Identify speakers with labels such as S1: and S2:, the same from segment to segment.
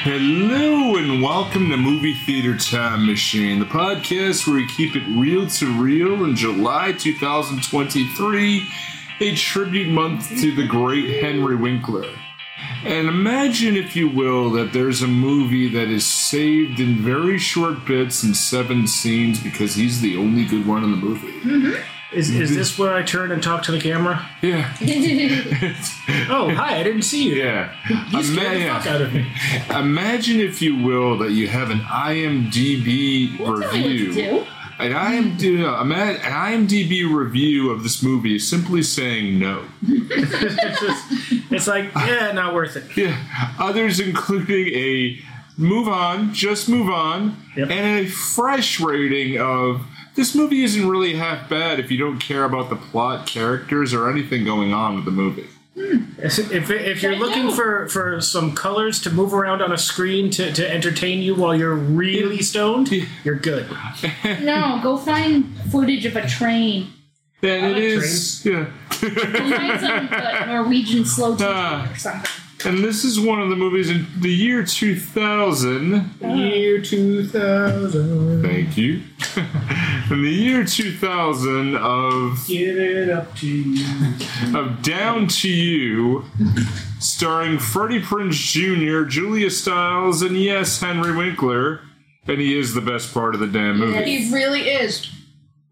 S1: Hello and welcome to Movie Theater Time Machine, the podcast where we keep it real to real in July 2023, a tribute month to the great Henry Winkler. And imagine, if you will, that there's a movie that is saved in very short bits and seven scenes because he's the only good one in the movie.
S2: Is, is
S1: Mm-hmm.
S2: this where I turn and talk to the camera?
S1: Yeah.
S2: Oh, hi, I didn't see you.
S1: yeah.
S2: You scared
S1: Ima-
S2: the fuck out of me.
S1: Imagine, if you will, that you have an IMDb
S3: Tell me what
S1: review.
S3: to do.
S1: An IMDb, no, ima- an IMDb review of this movie is simply saying no.
S2: It's like, yeah, not worth it.
S1: Yeah. Others, including a move on, just move on,
S2: Yep.
S1: and a fresh rating of this movie isn't really half bad if you don't care about the plot, characters, or anything going on with the movie.
S2: If, if you're
S3: I
S2: looking
S3: know.
S2: for, for some colors to move around on a screen to, to entertain you while you're really stoned, you're good.
S3: No, go find footage of a train.
S1: And it
S2: like
S1: is, yeah.
S3: Go find some uh, Norwegian slow
S1: Ah.
S3: train or something.
S1: and this is one of the movies in the year 2000.
S2: Year 2000.
S1: Thank you. in the year 2000 of
S2: Give it up to you.
S1: of Down to You, starring Freddie Prinze Jr., Julia Stiles, and yes, Henry Winkler. And he is the best part of the damn movie.
S4: He really is.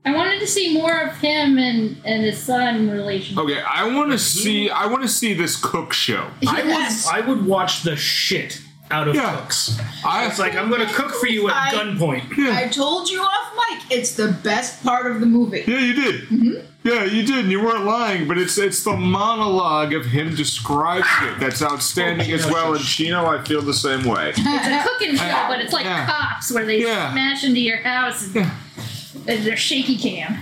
S3: I wanted to see more of him and, and his son relationship.
S1: Okay, I want to see. I want to see this cook show.
S2: I
S4: Yes.
S2: would, I would watch the shit out of
S1: Yeah.
S2: cooks.
S1: I
S2: It's like, I'm going to cook for you at
S4: I-
S2: gunpoint.
S4: I told you off mic. It's the best part of the movie.
S1: yeah, you did. Yeah, you did, and you weren't lying. But it's it's the monologue of him describing it that's outstanding as well. And Chino, I feel the same way.
S3: It's a cooking show, but it's like
S1: Ah. Yeah.
S3: cops where they
S1: Yeah.
S3: smash into your house and,
S1: Yeah.
S3: and they're shaky cam.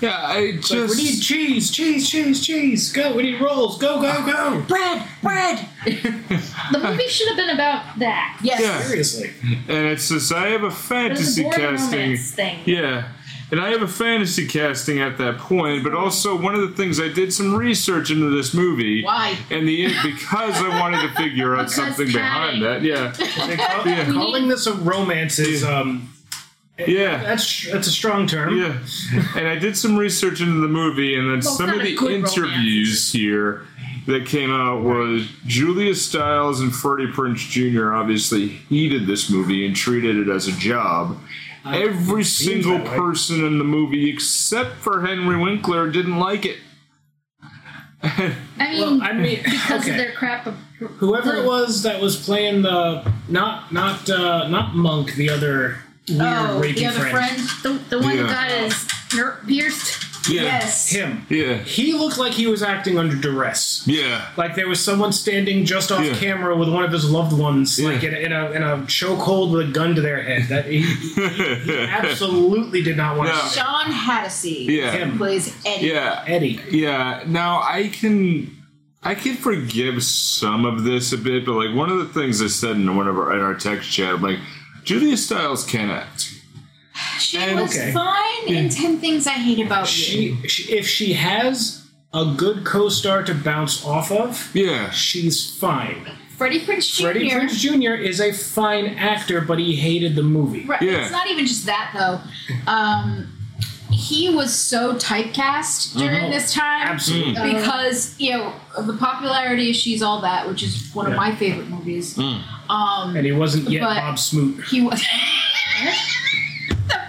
S1: Yeah, I just
S2: Like, we need cheese, cheese, cheese, cheese. Go, we need rolls. Go, go, go.
S4: Bread, bread.
S3: The
S1: Ah.
S3: movie should have been about that.
S4: Yes.
S1: Yeah.
S2: Seriously.
S1: and it's just I have a
S3: There's
S1: fantasy
S3: a board
S1: casting.
S3: romance thing.
S1: Yeah. And I have a fantasy casting at that point, but also one of the things I did some research into this movie.
S4: Why?
S1: And the because I wanted to figure out
S3: Because
S1: something behind that.
S3: padding.
S1: Yeah.
S2: They call- Calling this a romance is um
S1: Yeah.
S2: that's that's a strong term.
S1: Yeah. And I did some research into the movie and then
S3: Well,
S1: some of
S3: kind
S1: the
S3: of good
S1: interviews here that came out was Julia Stiles and Freddie Prince Jr. obviously hated this movie and treated it as a job. Every single
S2: that way.
S1: person in the movie except for Henry Winkler didn't like it.
S3: I mean,
S2: I mean,
S3: because of
S2: okay.
S3: their crap. Of,
S2: Whoever it was that was playing the not not uh, not monk, the other weird
S4: Oh,
S2: rapey
S4: the other friend.
S3: The, the one
S1: Yeah.
S3: who got his ner- pierced.
S4: Yes.
S2: Him.
S1: Yeah.
S2: He looked like he was acting under duress.
S1: Yeah.
S2: Like there was someone standing just off
S1: Yeah.
S2: camera with one of his loved ones, like
S1: Yeah.
S2: in a, in a in a chokehold with a gun to their head. That he, he absolutely did not want
S1: No.
S2: to see
S4: Sean Hattasey
S1: Yeah.
S2: him.
S4: plays Eddie.
S1: Yeah.
S2: Eddie.
S1: Yeah. Now I can I can forgive some of this a bit, but like one of the things I said in one of our in our text chat, like Julia Stiles can act.
S4: She
S1: And-
S4: was
S2: okay.
S4: fine in Ten Things I Hate About You.
S2: she, she if she has a good co-star to bounce off of,
S1: Yeah.
S2: she's fine.
S4: Freddie Prince Jr.
S2: Freddie Prinze Jr. is a fine actor, but he hated the movie.
S4: Right.
S1: Yeah.
S4: It's not even just that though. Um, he was so typecast during
S2: Mhm.
S4: this time.
S2: Absolutely.
S1: Hmm.
S4: Because you know of the popularity of She's All That, which is one
S2: Yeah. Mm.
S4: of my favorite movies. Um,
S2: And he wasn't yet
S4: But-
S2: Bob Smoot.
S4: he was.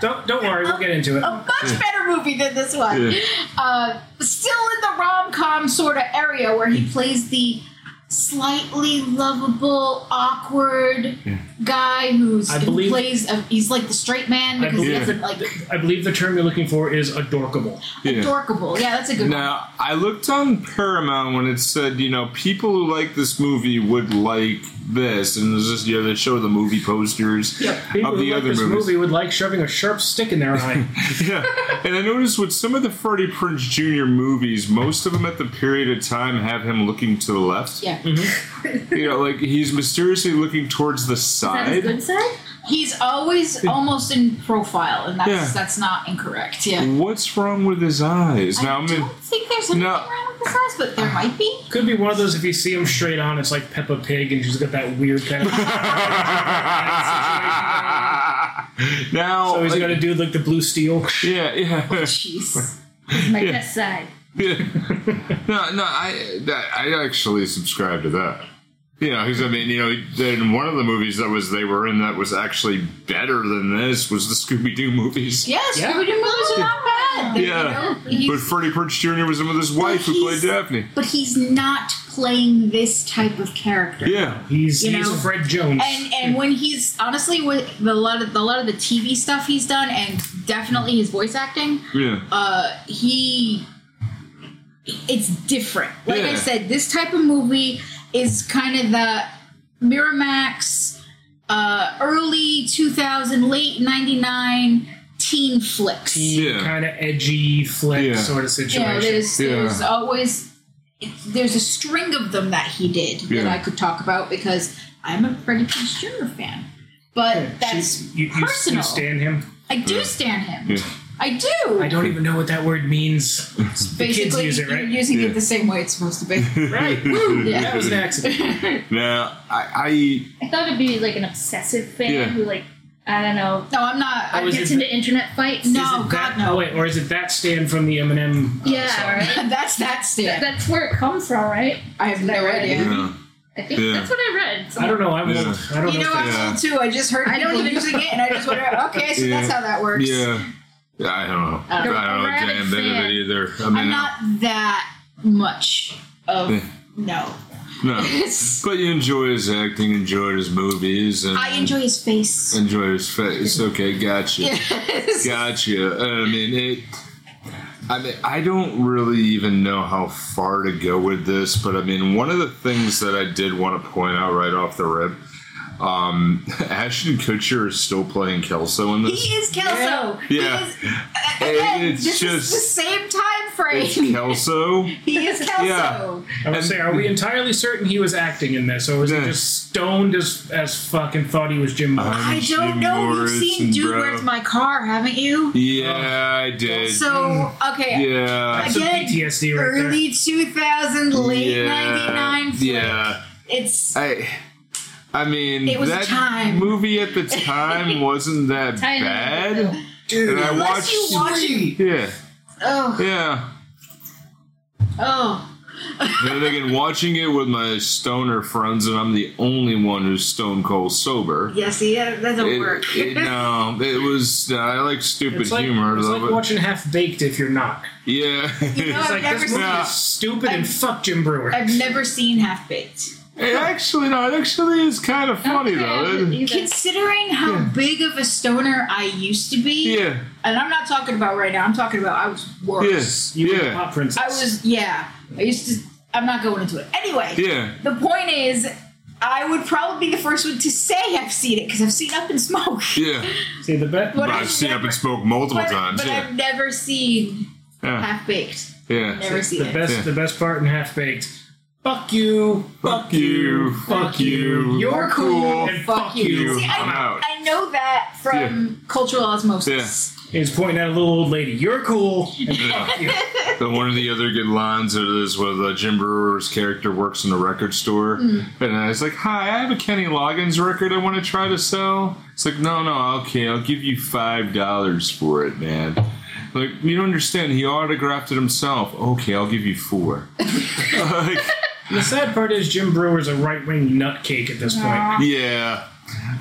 S2: Don't don't worry, we'll get into it.
S4: a much better movie than this one.
S1: Yeah.
S4: Uh, still in the rom com sort of area where he plays the slightly lovable, awkward guy who's
S2: I
S4: who
S2: believe-
S4: plays a, he's like the straight man
S2: I
S4: because he
S2: believe-
S4: doesn't like
S2: I believe the term you're looking for is adorkable.
S1: Yeah.
S4: adorkable. Yeah, that's a good one.
S1: Now I looked on Paramount when it said, you know, people who like this movie would like this, and there's just you know they show the movie posters
S2: People
S1: of
S2: who
S1: the
S2: like
S1: other
S2: this
S1: movies.
S2: movie would like shoving a sharp stick in their eye.
S1: yeah. And I noticed with some of the Freddie Prince Jr. movies, most of them at the period of time have him looking to the left.
S4: Yeah,
S2: Mm-hmm.
S1: You know, like he's mysteriously looking towards the
S3: That is
S1: side.
S3: good side?
S4: he's always almost in profile, and that's
S1: Yeah.
S4: that's not incorrect. Yeah.
S1: What's wrong with his eyes? Now
S4: I
S1: I'm
S4: don't
S1: in.
S4: think there's anything
S1: No,
S4: wrong with emphasized, but there might be.
S2: Could be one of those if you see him straight on, it's like Peppa Pig, and she's got that weird kind of.
S1: now,
S2: so he's
S1: like,
S2: got to do like the blue steel.
S1: yeah, yeah.
S4: Jeez.
S3: It's my best side.
S1: Yeah. no, no, I that, I actually subscribe to that. You know, because I mean, you know, then one of the movies that was they were in that was actually better than this was the Scooby Doo movies.
S4: Yes,
S2: Yeah.
S4: Scooby Doo movies are not bad. They-
S1: Yeah.
S4: you know,
S1: But
S4: he's-
S1: Freddie Prinze Jr. was in with his wife who played
S4: he's-
S1: Daphne.
S4: but he's not playing this type of character.
S1: Yeah.
S2: He's,
S4: You
S2: he's
S4: know,
S2: Fred Jones.
S4: And and when he's honestly with the lot of the lot of the TV stuff he's done, and definitely his voice acting,
S1: Yeah.
S4: uh, he it's different. Like I
S1: Yeah.
S4: said, this type of movie is kind of the Miramax uh, early 2000, late 99 teen flicks.
S1: yeah.
S2: kind of edgy flick
S1: Yeah.
S2: sort of
S4: Yeah,
S2: situation.
S4: there's there's
S1: Yeah.
S4: always it's, there's a string of them that he did that
S1: Yeah.
S4: I could talk about because I'm a Freddie Prinze Jr. fan, but that's
S2: She- you, you- you
S4: personal.
S2: stand him.
S4: I do stand him.
S1: Yeah.
S4: I do.
S2: I don't even know what that word means. kids
S4: Basically,
S2: use it, right?
S4: you're using
S1: Yeah.
S4: it the same way it's supposed to be.
S2: right. That was an accident.
S1: Now, I,
S3: I thought it'd be like an obsessive fan
S1: Yeah.
S3: who like I don't know
S4: No, I'm not.
S2: Oh,
S4: I,
S2: is
S3: gets
S2: it
S3: into internet fights.
S4: No.
S2: Is it
S4: God,
S2: that-
S4: no.
S2: Oh, wait, or is it that stand from the Eminem? uh, song?
S3: Yeah, right.
S4: that's that stand.
S3: That's where it comes from, right?
S4: I have no
S3: Right.
S1: I,
S4: idea.
S1: you know,
S3: I think
S1: Yeah.
S3: that's what I read. So
S2: I don't know. I'm
S1: Yeah.
S2: old. I don't
S4: You know,
S2: know. if
S1: Yeah.
S4: I'm old too. I just heard
S3: I
S4: I
S3: don't
S4: don't
S3: even-
S4: using it, and I just wonder. Okay, so
S1: Yeah.
S4: that's how that works. Uh,
S1: yeah. Yeah, I don't know. I
S3: don't
S1: don't,
S3: know.
S1: know a damn bit of it either. I mean,
S4: I'm not that much of
S1: Yeah.
S4: no.
S1: no.
S4: It's-
S1: But you enjoy his acting, enjoy his movies, and
S4: I enjoy his face.
S1: enjoy his face. Okay, gotcha.
S4: Yes.
S1: Gotcha. I mean, it. I mean, I don't really even know how far to go with this, but I mean, one of the things that I did want to point out right off the rip, um, Ashton Kutcher is still playing Kelso in
S4: He
S1: this.
S4: is Kelso. He
S1: Yeah.
S4: is- again,
S1: it's
S4: this
S1: just-
S4: is the same time
S1: It's
S4: frame.
S1: Kelso.
S4: He is Kelso.
S1: Yeah.
S2: I would say, are we entirely certain he was acting in this, or was
S1: Yeah. Uh-huh.
S2: he just stoned as as fucking thought he was Jim? Morrison?
S4: I
S1: Jim
S4: don't know.
S1: Morrison,
S4: You've seen Dude,
S1: bro.
S4: Where's My Car, haven't you?
S1: Yeah, I did.
S4: So okay,
S1: yeah.
S2: Some
S4: again,
S2: PTSD right there.
S4: early 2000, late
S1: yeah,
S4: 99. flick.
S1: Yeah.
S4: It's
S1: I. I mean,
S4: It was a
S1: that
S4: time.
S1: movie at the time wasn't that
S3: Tight end.
S1: bad. And I
S4: unless
S1: watched.
S4: you watch it.
S1: yeah,
S4: Oh,
S1: yeah.
S4: oh.
S1: And again, watching it with my stoner friends, and I'm the only one who's stone cold sober.
S4: Yeah, see, that that doesn't work.
S1: It, it, no, it was. Uh, I like stupid
S2: It's like,
S1: humor.
S2: it's
S1: though,
S2: like
S1: but-
S2: watching Half Baked if you're not.
S1: yeah.
S4: You know,
S2: It's
S4: I've
S2: like
S4: never
S2: this
S4: seen-
S2: movie is stupid and fuck Jim Brewer.
S4: I've never seen Half Baked.
S1: it actually, no, it actually is kind of funny though. It-
S3: Kids,
S4: Considering how big of a stoner I used to be,
S1: yeah,
S4: and I'm not talking about right now. I'm talking about I was worse.
S1: yes,
S2: you were the
S1: yeah,
S2: pop princess.
S4: I was yeah. I used to. I'm not going into it. Anyway,
S1: yeah.
S4: the point is, I would probably be the first one to say I've seen it because I've seen Up in Smoke.
S1: Yeah,
S2: See the bet.
S4: But
S1: but
S4: I've
S1: I've seen up
S4: never-
S1: and spoke multiple
S4: But,
S1: times.
S4: but
S1: yeah,
S4: I've never seen
S1: yeah,
S4: Half Baked.
S1: yeah.
S4: Never seen
S2: the
S4: it.
S2: best
S1: Yeah.
S2: the best part in half baked fuck you
S1: Fuck you, fuck you,
S2: you're
S1: you're
S2: cool
S1: cool,
S2: and
S4: fuck
S2: fuck
S4: you.
S2: you
S4: See,
S1: I'm out.
S4: I know that from cultural osmosis.
S2: he's pointing at a little old lady you're cool and fuck you
S1: But one of the other good lines of this was uh, Jim Brewer's character works in a record store, and I was like, "Hi, I have a Kenny Loggins record I want to try to sell." It's like, "No, no, okay, I'll give you five dollars for it, man." Like, you don't understand. He autographed it himself. Okay, I'll give you four. like,
S2: the sad part is jim brewer's a right-wing nutcake at this point
S1: yeah,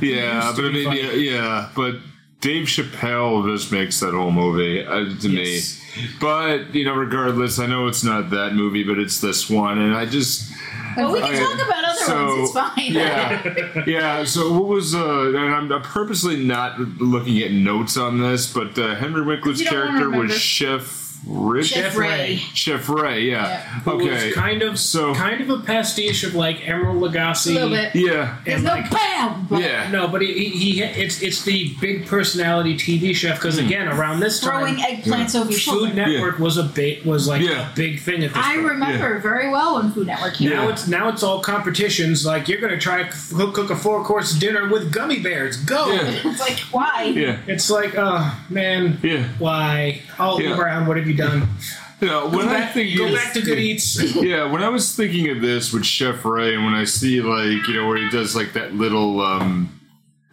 S1: yeah,
S2: Used to
S1: but I
S2: be
S1: mean, yeah,
S2: funny.
S1: yeah, but Dave Chappelle just makes that whole movie uh, to
S2: Yes.
S1: me. But you know, regardless, I know it's not that movie, but it's this one, and I just.
S4: But we can
S1: Okay,
S4: talk about other
S1: Oh, so,
S4: ones. It's fine.
S1: Yeah, yeah. So what was? Uh, and I'm, I'm purposely not looking at notes on this, but uh, Henry Winkler's
S3: You don't wanna
S1: character was
S3: remember.
S1: Chef Rich.
S4: Chef
S2: Chef
S4: Ray.
S2: Ray.
S1: Chef Ray. Yeah.
S2: Who was
S1: Okay.
S2: kind of
S1: so-
S2: kind of a pastiche of like emerald
S4: A
S2: lagasse
S4: little bit.
S1: yeah.
S4: There's
S2: and
S4: no
S2: like
S4: bam. but
S1: Yeah.
S2: no, but he, he, he it's it's the big personality TV chef because
S1: Hmm.
S2: again around this
S4: Throwing
S2: time,
S4: eggplants over your
S2: Food
S4: shoulder.
S2: Network was a big was like
S1: Yeah.
S2: a big thing at this
S4: I
S2: point.
S4: remember very well when Food Network came
S2: Now
S4: out.
S2: it's now it's all competitions. Like you're gonna try to cook, cook a four course dinner with gummy bears. Go!
S1: Yeah.
S4: It's like, why?
S1: Yeah.
S2: It's like, oh man,
S1: Yeah.
S2: why? All
S1: Yeah.
S2: Brown, what have you done?
S1: Yeah, when
S2: Go
S1: I
S2: back,
S1: think
S2: go
S1: it's-
S2: back to Good Eats.
S1: Yeah, when I was thinking of this with Chef Ray, and when I see like you know where he does like that little um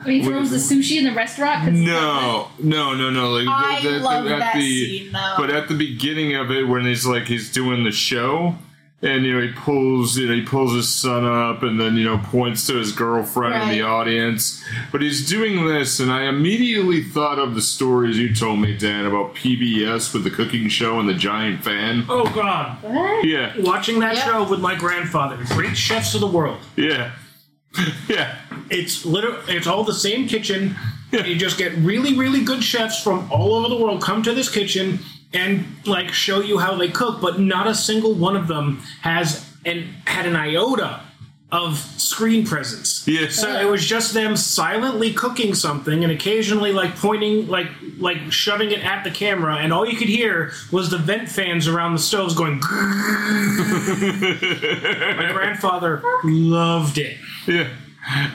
S3: When he throws the sushi in the restaurant. 'cause it's not
S1: no no no no like
S4: I
S1: the- the-
S4: love
S1: at
S4: that
S1: the
S4: scene though.
S1: but at the beginning of it when he's like he's doing the show and you know he pulls you know he pulls his son up and then you know points to his girlfriend in the
S4: Right.
S1: audience but he's doing this and i immediately thought of the stories you told me dan about pbs with the cooking show and the giant fan
S2: Oh God!
S3: good. What?
S1: yeah
S2: Watching that
S4: Yeah.
S2: show with my grandfather, great chefs of the world.
S1: yeah yeah
S2: It's literally it's all the same kitchen. You just get really, really good chefs from all over the world come to this kitchen and like show you how they cook, but not a single one of them has an had an iota of screen presence.
S1: Yeah.
S2: So it was just them silently cooking something and occasionally like pointing like like shoving it at the camera and all you could hear was the vent fans around the stoves going My grandfather loved it.
S1: Yeah.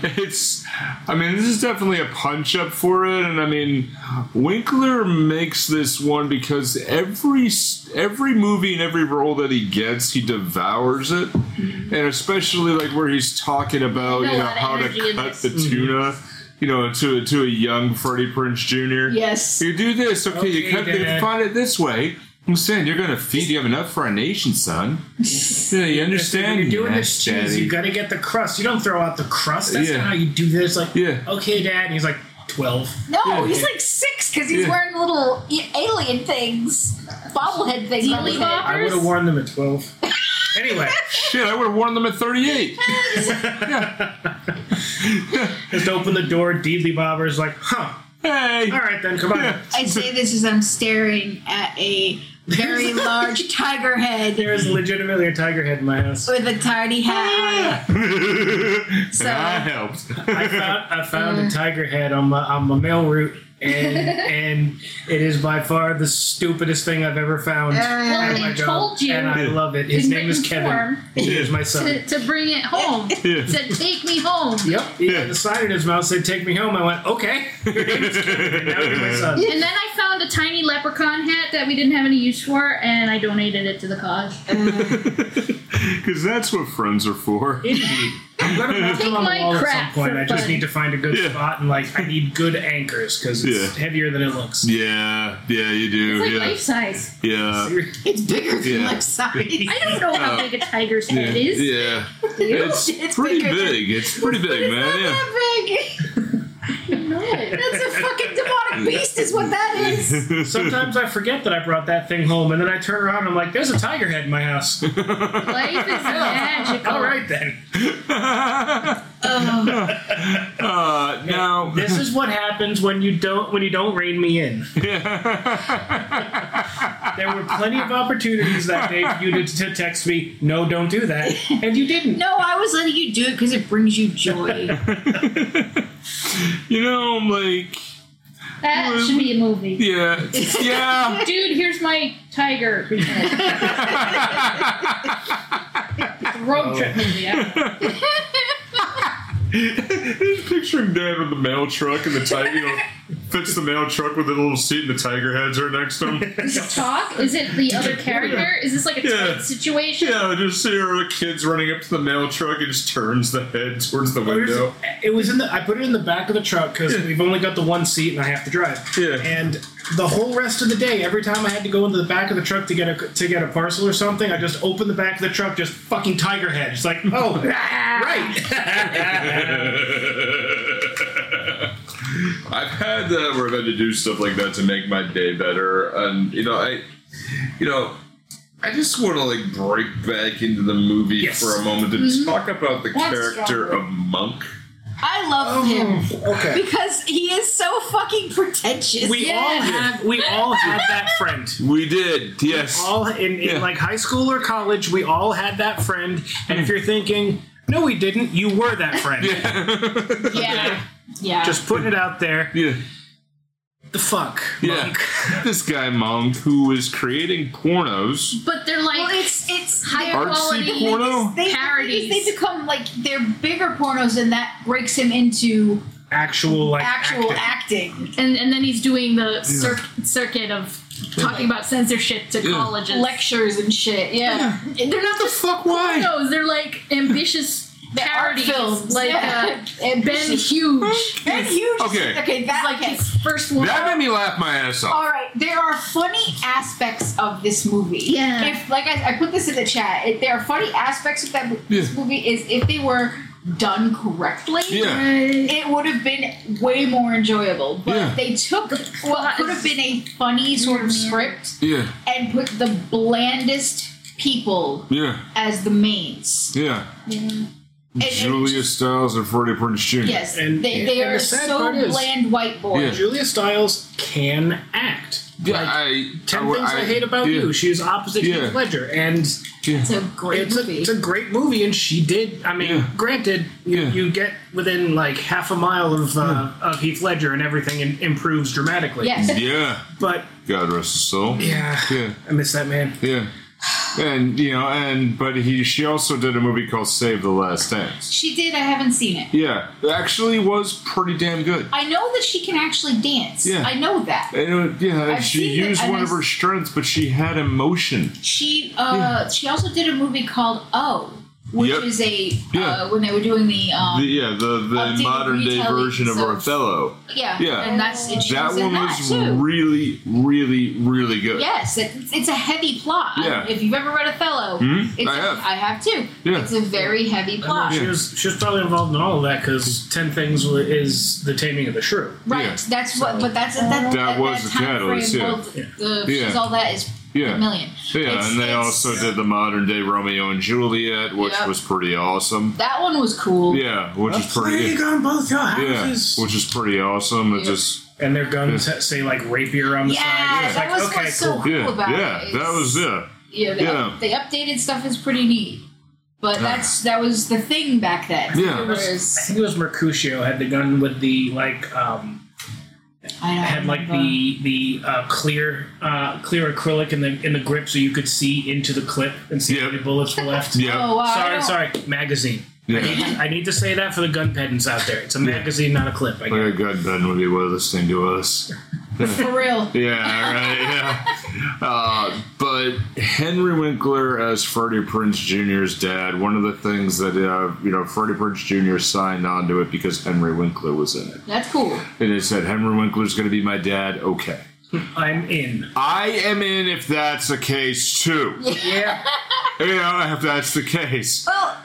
S1: It's, I mean, this is definitely a punch up for it, and I mean, Winkler makes this one because every s- every movie and every role that he gets, he devours it, and especially like where he's talking about
S3: Mm-hmm. There's
S1: you
S3: a
S1: know
S3: lot of
S1: how
S3: energy
S1: to
S3: in
S1: cut
S3: this.
S1: the tuna, you know, to to a young Freddie Prince Jr.
S4: yes.
S1: You do this, okay? you
S2: Okay,
S1: cut the
S2: Dad.
S1: find it this way. I'm saying you're gonna feed. You have enough for a nation, son. Yeah, you understand?
S2: You're doing
S1: Yes,
S2: this cheese.
S1: Daddy.
S2: You gotta get the crust. You don't throw out the crust. That's
S1: Yeah.
S2: not how you do this. Like,
S1: Yeah.
S2: okay, Dad. And he's like, twelve.
S4: No,
S1: Yeah.
S4: he's like six because he's
S1: Yeah.
S4: wearing little i- alien things, bobblehead things. on his
S3: Dealey
S4: head.
S2: I would
S3: boppers?
S2: have worn them at twelve. anyway,
S1: Shit, I would have worn them at 38.
S2: just open the door. Deedly Bobber's like, huh.
S1: Hey!
S2: All right then, come on.
S1: Yeah.
S4: I say this as I'm staring at a very large tiger head
S2: There is legitimately a tiger head in my house.
S4: with a tiny hat on it.
S1: And I helped.
S2: I found I found
S3: Mm.
S2: a tiger head on my on my mail route. and, and it is by far the stupidest thing I've ever found.
S3: Well,
S2: Oh my
S3: it
S2: God.
S3: told you
S2: and I love it. His
S3: in
S2: name is
S3: written
S2: Kevin.
S3: form.
S2: And he is my son.
S3: to, to bring it home.
S1: Yeah.
S3: It said, "Take me home."
S2: Yep. He had the sign in his mouth said, "Take me home." I went, "Okay." Your name is Kevin, and now you're my son.
S3: And then I found a tiny leprechaun hat that we didn't have any use for, and I donated it to the cause.
S1: Because that's what friends are for.
S2: Indeed. I'm gonna mount
S3: Take
S2: them on
S3: my
S2: the wall at some
S3: crap
S2: point.
S3: for
S2: I just
S3: fun.
S2: need to find a good
S1: Yeah.
S2: spot and like I need good anchors because it's
S1: Yeah.
S2: heavier than it looks.
S1: Yeah, yeah, you do.
S3: It's like
S1: yeah,
S3: life size.
S1: yeah.
S4: It's bigger than
S1: Yeah.
S4: life size.
S3: I don't know how big a tiger's head is.
S1: Yeah, it's,
S4: It's
S1: pretty
S4: bigger than-
S1: big. It's pretty big,
S4: It's not
S1: man. Yeah.
S4: that big.
S3: No.
S4: That's a fucking demonic beast, is what that is.
S2: Sometimes I forget that I brought that thing home, and then I turn around and I'm like, "There's a tiger head in my house."
S3: Life is magical.
S2: All right then.
S4: Um,
S1: Uh, now,
S2: This is what happens when you don't when you don't rein me in. there were plenty of opportunities that day for you to, to text me, "No, don't do that," and you didn't.
S4: No, I was letting you do it because it brings you joy.
S1: you know, I'm like,
S3: That should be a movie.
S1: yeah, yeah.
S3: Dude, here's my tiger. head. it's a road
S1: Oh.
S3: trip movie. I don't know.
S1: Just picturing Dad with the mail truck and the tiger, you know, fits the mail truck with a little seat and the tiger heads are next to him.
S3: Does it talk? Is it the other character? Is this like a
S1: Yeah.
S3: tight situation?
S1: Yeah, I just see her kids running up to the mail truck and just turns the head towards the window.
S2: It was in the. I put it in the back of the truck because we've only got the one seat and I have to drive.
S1: Yeah.
S2: And the whole rest of the day, every time I had to go into the back of the truck to get a to get a parcel or something, I just opened the back of the truck, just fucking tiger head. It's like, oh, right.
S1: I've had that where I've had to do stuff like that to make my day better, and you know, I, you know, I just want to like break back into the movie
S2: Yes.
S1: for a moment and talk about the
S3: Mm-hmm. That's
S1: character
S3: stronger.
S1: of Monk.
S4: I love him
S2: okay.
S4: because he is so fucking pretentious.
S2: We all
S3: Yeah.
S2: have we all had that friend.
S1: We did, yes.
S3: Oh.
S2: All in, in
S1: Yeah.
S2: like high school or college, we all had that friend. And
S1: Mm.
S2: if you're thinking, no, we didn't, you were that friend.
S4: yeah, yeah.
S2: Just putting it out there.
S1: yeah,
S2: The fuck,
S1: yeah.
S2: monk.
S1: this guy Monk who is creating pornos,
S3: But they're like
S4: well, it's it's
S3: high
S4: they're-
S3: quality.
S1: artsy porno.
S4: they,
S3: Parodies.
S4: They become like they're bigger pornos, and that breaks him into
S2: Actual like
S4: actual
S2: acting.
S4: acting.
S3: and and then he's doing the cir- circuit of talking about censorship to
S1: Yeah.
S3: colleges.
S4: lectures and shit. Yeah,
S3: And They're not the
S1: Fuck why?
S3: No, they're like ambitious
S4: art
S3: parodies,
S4: films
S3: like
S4: yeah.
S3: uh,
S4: and
S3: Ben Huge.
S4: Ben Huge.
S1: Okay.
S4: okay, that
S3: like
S4: okay.
S3: his first one.
S1: That made me laugh my ass off.
S4: All right, there are funny aspects of this movie.
S3: Yeah.
S4: If like I, I put this in the chat, if there are funny aspects of that mo- this
S1: Yeah.
S4: movie is if they were done correctly.
S1: Yeah.
S3: Right.
S4: It would have been way more enjoyable, but
S1: Yeah.
S4: they took what
S3: plot
S4: could
S3: is-
S4: have been a funny sort of
S3: Oh.
S4: script
S1: Yeah.
S4: and put the blandest people
S1: Yeah.
S4: as the mains.
S1: Yeah.
S4: And- and
S1: Julia
S4: just-
S1: Stiles and Freddie Prinze Jr.
S4: yes,
S2: And-
S4: they, they
S2: and
S4: are
S2: the sad
S4: so
S2: part is-
S4: bland white boys.
S2: Julia Stiles can act.
S1: Yeah,
S2: Like,
S1: I,
S2: Ten Things I, Hate About
S1: yeah.
S2: You. She was opposite
S1: Yeah.
S2: Heath Ledger, and
S4: It's a great
S2: it's a,
S4: movie.
S2: it's a great movie. And she did. I mean,
S1: Yeah.
S2: granted, you,
S1: Yeah.
S2: you get within like half a mile of uh, of Heath Ledger, and everything im- improves dramatically.
S4: yes.
S1: Yeah.
S2: but
S1: God rest his soul.
S2: yeah,
S1: Yeah.
S2: I miss that man.
S1: Yeah. And you know, and but he she also did a movie called Save the Last Dance.
S4: She did. I haven't seen it.
S1: Yeah, it actually was pretty damn good.
S4: I know that she can actually dance.
S1: Yeah.
S4: I know that.
S1: And, uh, yeah,
S4: I've
S1: she
S4: seen it,
S1: used
S4: and
S1: one
S4: I
S1: of her
S4: s-
S1: strengths, but she had emotion.
S4: She uh she also did a movie called Oh, which
S1: Yep.
S4: is a
S1: Yeah.
S4: uh, when they were doing the um
S1: The- yeah, the the
S4: Updated
S1: modern day
S4: retellings
S1: version of
S4: of-
S1: Othello.
S4: yeah
S1: yeah.
S4: and that's and she
S1: That
S4: was in
S1: one
S4: that
S1: was
S4: too.
S1: really, really, really good.
S4: Yes, it's, it's a heavy plot. I-
S1: Yeah. Hmm?
S4: if you've ever read Othello, it's
S1: I have.
S4: I have too.
S1: Yeah.
S4: It's a very heavy
S2: I
S4: plot.
S2: mean, She was she was probably involved in all of that because Ten Things wa- is the Taming of the Shrew.
S4: Right.
S1: Yeah.
S4: That's what. But that's that. That,
S1: was the
S4: time
S1: catalyst,
S4: frame,
S1: yeah.
S4: well, the- The,
S1: Yeah.
S4: she's all that is
S1: Yeah.
S4: a million.
S1: Yeah,
S4: It's-
S1: and they
S4: it's-
S1: also did the modern day Romeo and Juliet, which
S4: Yep.
S1: was pretty awesome.
S4: that one was cool.
S1: Yeah, which is pretty.
S2: Plague on both your
S1: Yeah,
S2: houses.
S1: which is pretty awesome. It
S4: Yeah.
S1: just
S2: and their guns ha- say like rapier on the
S4: Yeah,
S2: side. It's
S4: that
S2: like,
S4: was
S2: okay,
S4: what's
S2: cool.
S4: so cool
S1: yeah,
S4: about
S1: yeah,
S4: it. Oh,
S1: that
S4: is-
S1: was yeah,
S4: Yeah, the,
S1: Yeah.
S4: the updated stuff is pretty neat. But that's that was the thing back then.
S1: Yeah.
S2: I
S4: It was,
S2: think it was Mercutio had the gun with the like um
S4: I don't
S2: had like
S4: remember.
S2: the the uh, clear uh, clear acrylic in the in the grip so you could see into the clip and see
S1: Yep.
S2: how many bullets were left.
S1: yeah,
S4: Oh, wow, I
S2: Sorry,
S4: don't-
S2: sorry, magazine. I,
S1: yeah.
S2: need to, I need to say that for the gun pedants out there. It's a magazine, not a clip. I
S1: Like a good Ben would be listening to us.
S4: For real.
S1: Yeah, right. Yeah. Uh, but Henry Winkler as Freddie Prince Jr.'s dad. One of the things that uh, you know, Freddie Prince Jr. signed on to it because Henry Winkler was in it,
S4: That's cool.
S1: and it said Henry Winkler's going to be my dad. Okay,
S2: I'm in.
S1: I am in if that's the case too.
S2: Yeah.
S1: You know, if that's the case.
S4: Well,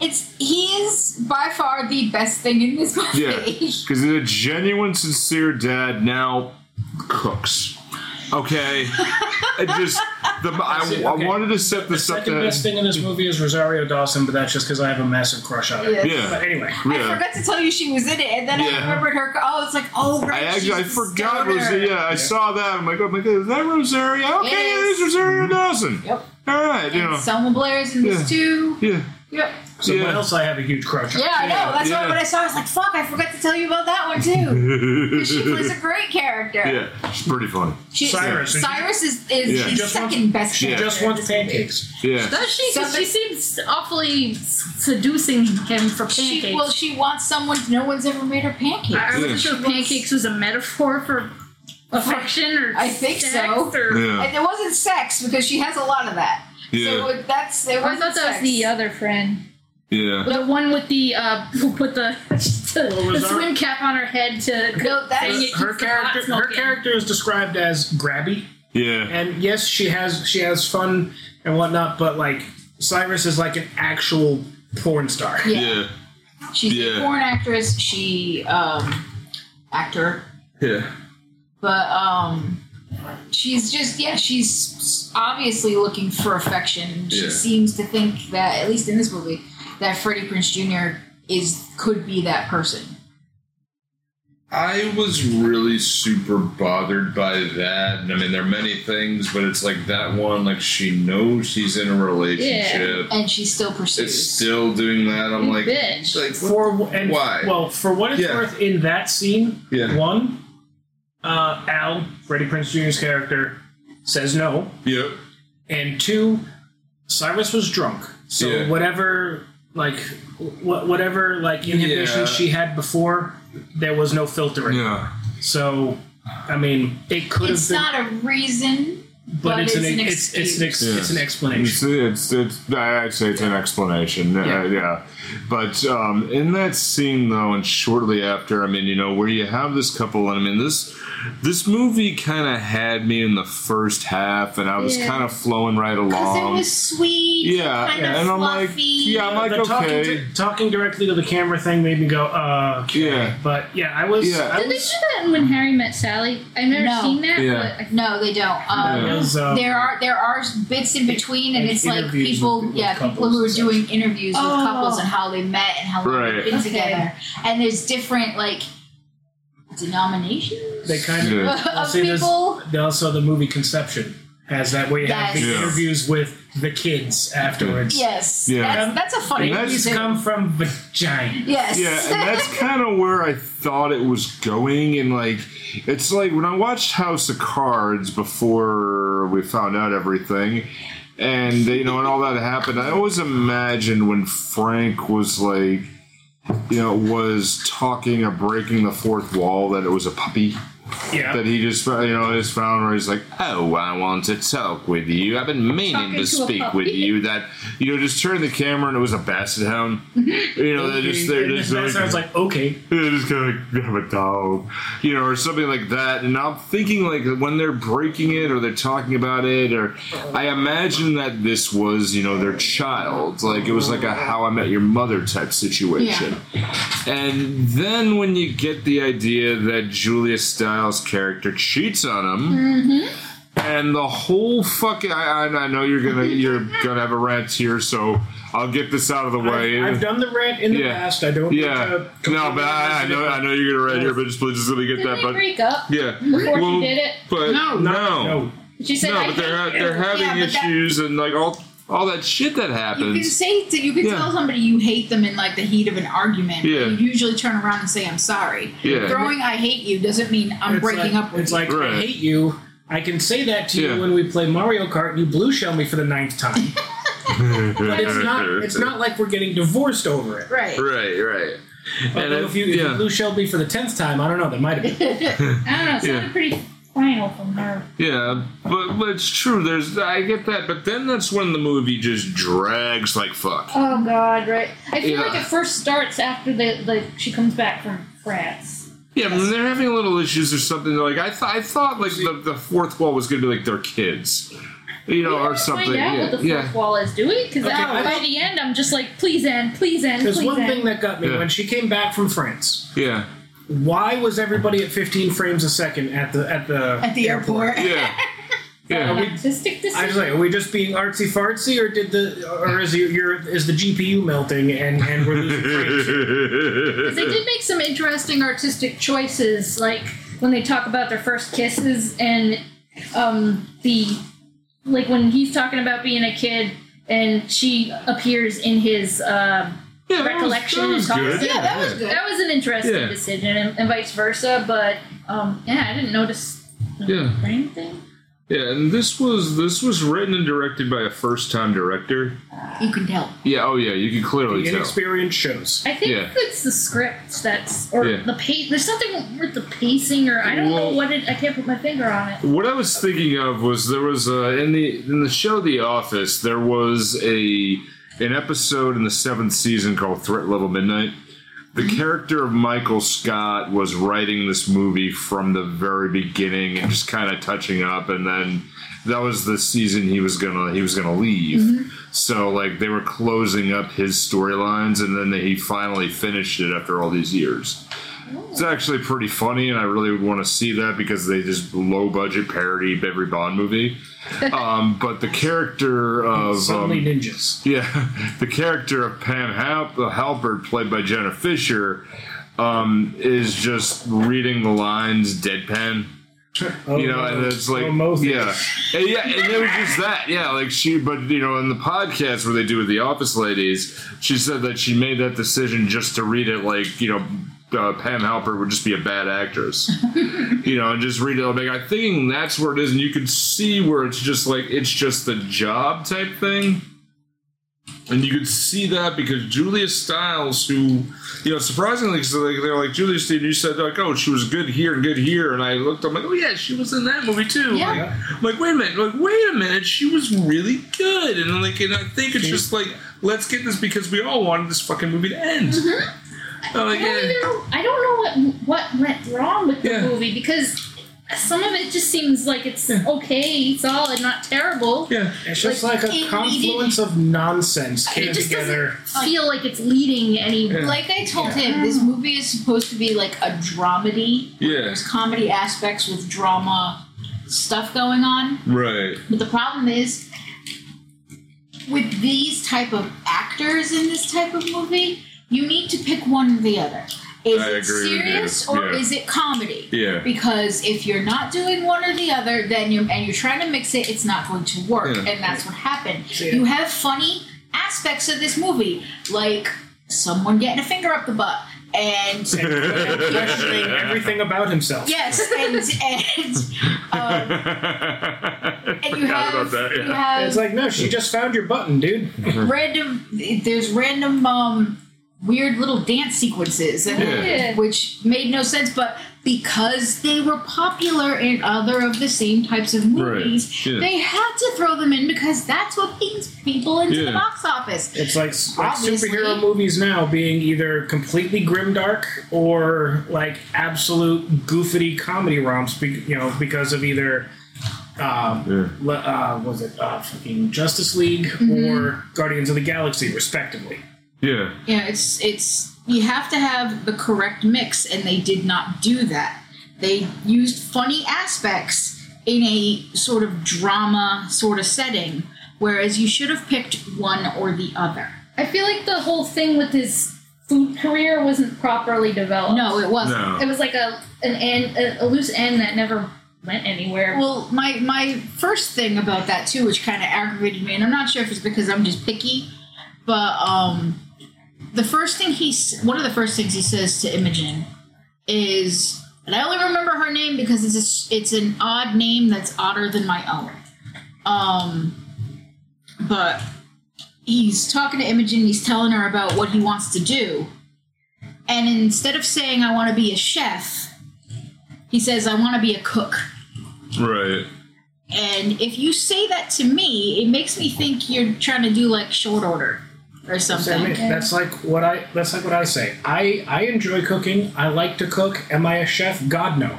S4: it's he's by far the best thing in this movie.
S1: Yeah, because a genuine, sincere dad now cooks. Okay, it just the, I,
S2: it,
S1: I
S2: okay.
S1: wanted to set this up.
S2: Second
S1: that-
S2: best thing in this movie is Rosario Dawson, but that's just because I have a massive crush on her.
S4: Yeah.
S1: Yeah,
S2: But anyway,
S4: I
S1: yeah.
S4: forgot to tell you she was in it, and then I
S1: Yeah.
S4: remembered her. Oh, it's like oh
S1: I
S4: right.
S1: actually I
S4: she's
S1: forgot
S4: stoner.
S1: Rosario. Yeah, I saw that. I'm like, oh my god, is that Rosario? Okay,
S4: It
S1: it is
S4: is.
S2: Mm-hmm.
S1: Rosario Dawson.
S4: Yep.
S1: All right, you know,
S4: Selma Blair's in this
S1: Yeah.
S4: too.
S1: yeah,
S4: Yep.
S2: so
S1: Yeah.
S2: what else I have a huge crush on?
S4: Yeah, I know. That's
S1: Yeah.
S4: why when I saw, it, I was like, "Fuck!" I forgot to tell you about that one too. 'Cause she plays a great character.
S1: yeah. She's pretty funny.
S4: She,
S2: Cyrus.
S4: Cyrus is, is
S1: Yeah.
S4: the
S2: Just
S4: second
S2: wants-
S4: best.
S1: she
S2: She
S4: character
S2: just
S4: in
S2: wants
S4: this movie.
S2: pancakes.
S1: Yeah,
S3: Does she? 'Cause
S4: Somebody-
S3: she seems awfully s- seducing him for pancakes.
S4: She, well, she wants someone. No one's ever made her pancakes.
S3: I wasn't
S1: Yeah.
S3: sure if pancakes was a metaphor for affection or
S4: I think
S3: sex
S4: so.
S3: Or,
S1: yeah,
S4: And it wasn't sex because she has a lot of that. So
S1: yeah,
S4: it- that's it
S3: I
S4: wasn't
S3: thought that was
S4: sex.
S3: the other friend,
S1: yeah.
S3: the one with the uh, who put the the,
S2: Well, was
S3: the
S2: our-
S3: swim cap on her head to.
S4: No, that
S3: saying
S4: is-
S3: it keeps
S2: her
S3: the pot
S2: character her
S3: smoking.
S2: character is described as grabby
S1: yeah.
S2: and yes she has she has fun and whatnot but like cyrus is like an actual porn star
S4: Yeah.
S1: Yeah.
S4: She's
S1: Yeah.
S4: a porn actress. She um actor,
S1: Yeah.
S4: but um she's just yeah she's obviously looking for affection. She
S1: Yeah.
S4: seems to think that at least in this movie that Freddie Prince Jr. is could be that person.
S1: I was really super bothered by that. And I mean, there are many things, but it's like that one, like she knows she's in a relationship.
S4: and she still
S1: It's
S4: pursues.
S1: still doing that. I'm
S3: You
S1: like,
S3: bitch.
S1: like what-
S2: for and
S1: Why?
S2: well for what it's
S1: Yeah.
S2: worth in that scene
S1: Yeah.
S2: one uh, al freddie prince jr's character says no
S1: Yep.
S2: and two cyrus was drunk so
S1: Yeah.
S2: whatever like wh- whatever like inhibitions
S1: Yeah.
S2: she had before there was no filtering
S1: Yeah.
S2: So I mean, it could
S4: It's
S2: have been,
S4: not a reason,
S2: but,
S4: but
S2: it's,
S4: it's
S2: an,
S4: an
S2: it's, it's, an ex,
S1: excuse.
S2: it's an
S1: Yeah.
S2: explanation.
S1: It's, it's, it's, I'd say it's an explanation. Yeah.
S2: Yeah.
S1: Uh, yeah. But um, in that scene, though, and shortly after, I mean, you know, where you have this couple, and I mean, this this movie kind of had me in the first half, and I was
S3: Yeah.
S1: kind of flowing right
S4: because it
S1: along.
S4: was
S2: Um,
S4: sweet,
S1: yeah,
S4: kind of
S1: and I'm like,
S4: fluffy.
S1: yeah, I'm like,
S2: the talking,
S1: okay,
S2: to- talking directly to the camera thing made me go, uh, okay.
S1: Yeah.
S2: But yeah, I was.
S1: Yeah.
S2: I
S3: Did they do
S2: was,
S3: that in when Harry met Sally? I've never
S4: No.
S3: seen that,
S1: Yeah.
S3: but I
S4: No, they don't.
S2: I
S4: Um,
S1: Yeah.
S2: was, uh,
S4: There are there are bits in between, and
S2: Like
S4: it's like
S2: interviews
S4: people,
S2: with- with
S4: yeah, people who are
S2: couples and
S4: doing interviews with
S3: Oh.
S4: couples and how they met and how long
S1: Right.
S4: they've been
S3: Okay.
S4: together. And there's different like denominations
S2: they kind of.
S1: Yeah.
S2: I'll
S4: of
S2: say this-
S4: people.
S2: They also the movie conception has that where you have
S4: Yes.
S2: the
S1: Yeah.
S2: interviews with the kids afterwards.
S4: Yes,
S1: Yeah.
S4: that's, that's a funny.
S1: And that's-
S2: Babies
S4: reason.
S2: come from vagina.
S4: Yes.
S1: Yeah, and that's kind of where I thought it was going. And like, it's like when I watched House of Cards before we found out everything, and you know, and all that happened. I always imagined when Frank was like, you know, was talking of breaking the fourth wall that it was a puppy
S2: Yeah.
S1: that he just fo- you know just found where he's like, oh, I want to talk with you. I've been meaning
S3: Talking to
S1: to
S3: a
S1: speak
S3: puppy.
S1: with you. That you know, just turn the camera and it was a basset hound.
S3: Mm-hmm.
S1: You know, they just they're
S2: And
S1: just
S2: then I was like, okay,
S1: they're just kind of like have a dog, you know, or something like that. And I'm thinking like when they're breaking it or they're talking about it, or I imagine that this was you know their child, like it was like a How I Met Your Mother type situation. And then when you get the idea that Julia Stiles' character cheats on him, and the whole fucking I, I, I know you're gonna you're gonna have a rant here, so I'll get this out of the way.
S2: I've, I've done the rant in the
S1: Yeah.
S2: past. I don't.
S1: Yeah.
S2: want to
S1: No, but I, I know I know you're gonna write here, but just please just let me get
S3: did
S1: that.
S3: they
S1: But
S3: break up?
S1: yeah,
S3: Before she
S1: Well,
S3: did it?
S1: But no,
S2: No,
S1: no,
S2: no.
S3: She said, I
S1: but they're ha-
S3: hate
S1: they're
S3: you.
S1: having
S4: Yeah, but that-
S1: issues and like all all that shit that
S4: You can
S1: happens.
S4: say to, you can
S1: Yeah.
S4: tell somebody you hate them in like the heat of an argument. but
S1: Yeah.
S4: You usually turn around and say I'm sorry.
S1: Yeah.
S4: Throwing I hate you doesn't mean I'm
S2: It's like,
S4: breaking up with
S2: It's
S4: you.
S2: like I
S1: Right.
S2: hate you. I can say that to
S1: Yeah.
S2: you when we play Mario Kart and you blue shell me for the ninth time. But it's not. It's not like we're getting divorced over it.
S4: right.
S1: right, right.
S2: Although
S1: And
S2: if you, if
S1: yeah.
S2: you blue shelled me for the tenth time, I don't know. That might have been.
S3: I don't know, it sounded
S1: Yeah.
S3: pretty final from her.
S1: Yeah, but, but it's true. There's I get that, but then that's when the movie just drags like fuck.
S3: Oh god, right. I feel
S1: Yeah.
S3: like it first starts after the like she comes back from France.
S1: Yeah, but they're having little issues or something. Like I, th- I thought like the, the fourth wall was gonna be like their kids, you know, or something.
S3: Find out
S1: yeah,
S3: what the fourth
S1: yeah.
S3: wall is doing, because
S2: I-
S3: uh, by the end I'm just like, please end, please end,
S2: There's
S3: please
S2: one
S3: end.
S2: thing that got me
S1: Yeah.
S2: when she came back from France.
S1: yeah,
S2: Why was everybody at 15 frames a second at the at the
S4: At the airport.
S1: yeah, yeah.
S2: we- I
S3: artistic
S2: was
S3: decision.
S2: like, are we just being artsy fartsy, or did the or is your, your is the GPU melting and and we're losing frames? uh,
S3: They did make some interesting artistic choices, like when they talk about their first kisses and um, the like when he's talking about being a kid and she appears in his uh,
S1: Yeah, that was-
S3: recollection
S1: that was
S3: and talks
S1: good.
S3: to
S4: Yeah,
S3: him.
S4: that was good.
S3: That was an interesting
S1: Yeah.
S3: decision, and, and vice versa. But um, yeah, I didn't notice the
S1: Yeah.
S3: brain thing.
S1: Yeah, and this was this was written and directed by a first time director.
S4: You can tell.
S1: Yeah, oh yeah, you can clearly
S2: The
S1: tell.
S2: inexperience shows.
S3: I think
S1: Yeah.
S3: it's the script that's or
S1: Yeah.
S3: the pace. There's something with the pacing, or I don't know
S1: Well-
S3: what it. I can't put my finger on it.
S1: What I was thinking of was there was uh, in the in the show The Office there was a an episode in the seventh season called Threat Level Midnight. The character of Michael Scott was writing this movie from the very beginning and just kind of touching up, and then that was the season he was gonna he was gonna leave. So like they were closing up his storylines, and then he finally finished it after all these years. It's actually pretty funny, and I really would want to see that because they just low budget parody every Bond movie. Um, but the character of
S2: Suddenly
S1: um,
S2: ninjas.
S1: yeah, the character of Pam Hal- Halpert, played by Jenna Fisher, um, is just reading the lines deadpan.
S2: Oh,
S1: You know,
S2: no.
S1: and it's
S2: Oh,
S1: like,
S2: Moses.
S1: yeah, and yeah, and it was just that, yeah, like she, but you know, in the podcast where they do with the office ladies, she said that she made that decision just to read it, like you know, uh, Pam Halpert would just be a bad actress, you know, and just read it. Like I'm thinking that's where it is, and you can see where it's just like it's just the job type thing. And you could see that because Julia Stiles, who, you know, surprisingly, because like, they're like, Julia Stiles, you said, like, oh, she was good here and good here. And I looked, I'm like, oh, yeah, she was in that movie too.
S4: Yeah.
S1: Like, I'm like, wait a minute, like, wait a minute, she was really good. And like, and I think it's
S2: She-
S1: just like, let's get this because we all wanted this fucking movie to end. I'm like,
S3: I don't
S1: yeah.
S3: even know. I don't know what what went wrong with the
S1: Yeah.
S3: movie because some of it just seems like it's okay, solid, not terrible.
S1: Yeah.
S2: It's just like,
S4: It
S2: a
S4: needed-
S2: confluence of nonsense
S3: It
S2: came
S3: just
S2: together.
S3: doesn't feel like it's leading any.
S1: Yeah.
S4: Like I told him, this movie is supposed to be like a dramedy.
S1: Yeah.
S4: There's comedy aspects with drama stuff going on.
S1: Right.
S4: But the problem is with these type of actors in this type of movie, you need to pick one or the other. Is
S1: I
S4: it
S1: agree with you,
S4: serious or
S1: yeah.
S4: is it comedy?
S1: Yeah.
S4: Because if you're not doing one or the other, then you're and you're trying to mix it, it's not going to work.
S1: Yeah.
S4: And that's what happened.
S2: Yeah.
S4: You have funny aspects of this movie, like someone getting a finger up the butt. And
S2: And questioning everything about himself.
S4: yes, and and, um, and you
S1: Forgot
S4: have
S1: about that,
S4: you
S1: yeah.
S4: have
S2: It's like, no, she just found your button, dude.
S4: random there's random um weird little dance sequences and
S3: Yeah.
S4: which made no sense but because they were popular in other of the same types of movies
S1: Right, yeah.
S4: they had to throw them in because that's what brings people into
S1: Yeah.
S4: the box office
S2: It's like, s- like
S4: Obviously.
S2: superhero movies now being either completely grimdark or like absolute goofity comedy romps, be, you know, because of either um,
S1: Yeah.
S2: le- uh, was it uh, fucking Justice League
S4: Mm-hmm.
S2: or Guardians of the Galaxy, respectively.
S1: Yeah.
S4: yeah it's it's you have to have the correct mix and they did not do that they used funny aspects in a sort of drama sort of setting whereas you should have picked one or the other
S3: I feel like the whole thing with his food career wasn't properly developed.
S4: No, it wasn't.
S1: No.
S3: it was like a an end, a, a loose end that never went anywhere.
S4: Well, my my first thing about that too, which kind of aggravated me, and I'm not sure if it's because I'm just picky, but um, the first thing he's one of the first things he says to Imogen is, and I only remember her name because it's a, it's an odd name that's odder than my own. Um, but he's talking to Imogen. He's telling her about what he wants to do, and instead of saying I want to be a chef, he says I want to be a cook.
S1: Right.
S4: And if you say that to me, it makes me think you're trying to do like short order or
S2: So, I mean,
S4: something.
S2: that's like what I that's like what I say. I I enjoy cooking. I like to cook. Am I a chef? God no.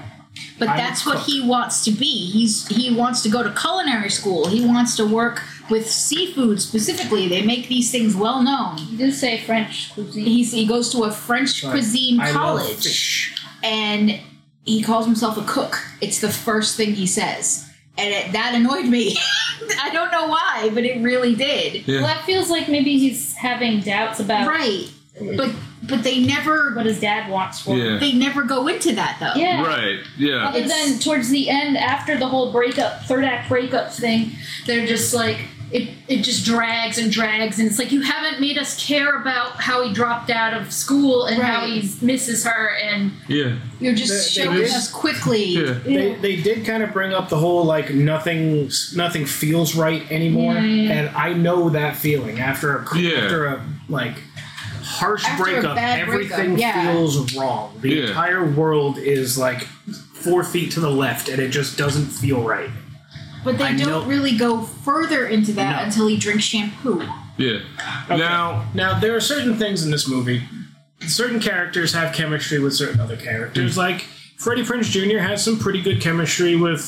S4: But
S2: I'm a
S4: that's what
S2: cook.
S4: he wants to be. He's he wants to go to culinary school. He wants to work with seafood specifically. They make these things well known.
S3: you did say French cuisine.
S4: He's, he goes to a French
S2: Like,
S4: cuisine
S2: I love
S4: college
S2: fish.
S4: and he calls himself a cook. It's the first thing he says. And it, that annoyed me. I don't know why, but it really did.
S1: Yeah.
S3: Well, that feels like maybe he's having doubts about
S4: Right. But but they never
S3: what his dad wants for him.
S1: Yeah.
S4: they never go into that though.
S3: Yeah.
S1: Right. Yeah.
S3: Other
S4: It's-
S3: than towards the end, after the whole breakup, third act breakup thing, they're just like it. It just drags and drags, and it's like you haven't made us care about how he dropped out of school and how
S4: Right.
S3: he misses her, and
S1: Yeah.
S4: You're just
S2: They- they
S4: showing
S2: did-
S4: us quickly.
S1: Yeah.
S2: They, they did kind of bring up the whole like nothing nothing feels right anymore, and I know that feeling after a
S1: Yeah.
S2: after a like harsh
S4: After a
S2: breakup,
S4: bad
S2: everything
S4: breakup, yeah.
S2: feels wrong. The
S1: Yeah.
S2: entire world is like four feet to the left, and it just doesn't feel right.
S4: But they
S2: I
S4: don't
S2: know-
S4: really go further into that
S2: No.
S4: until he drinks shampoo.
S1: Yeah. Now.
S2: Now there are certain things in this movie. Certain characters have chemistry with certain other characters. Like Freddie Prince Jr. has some pretty good chemistry with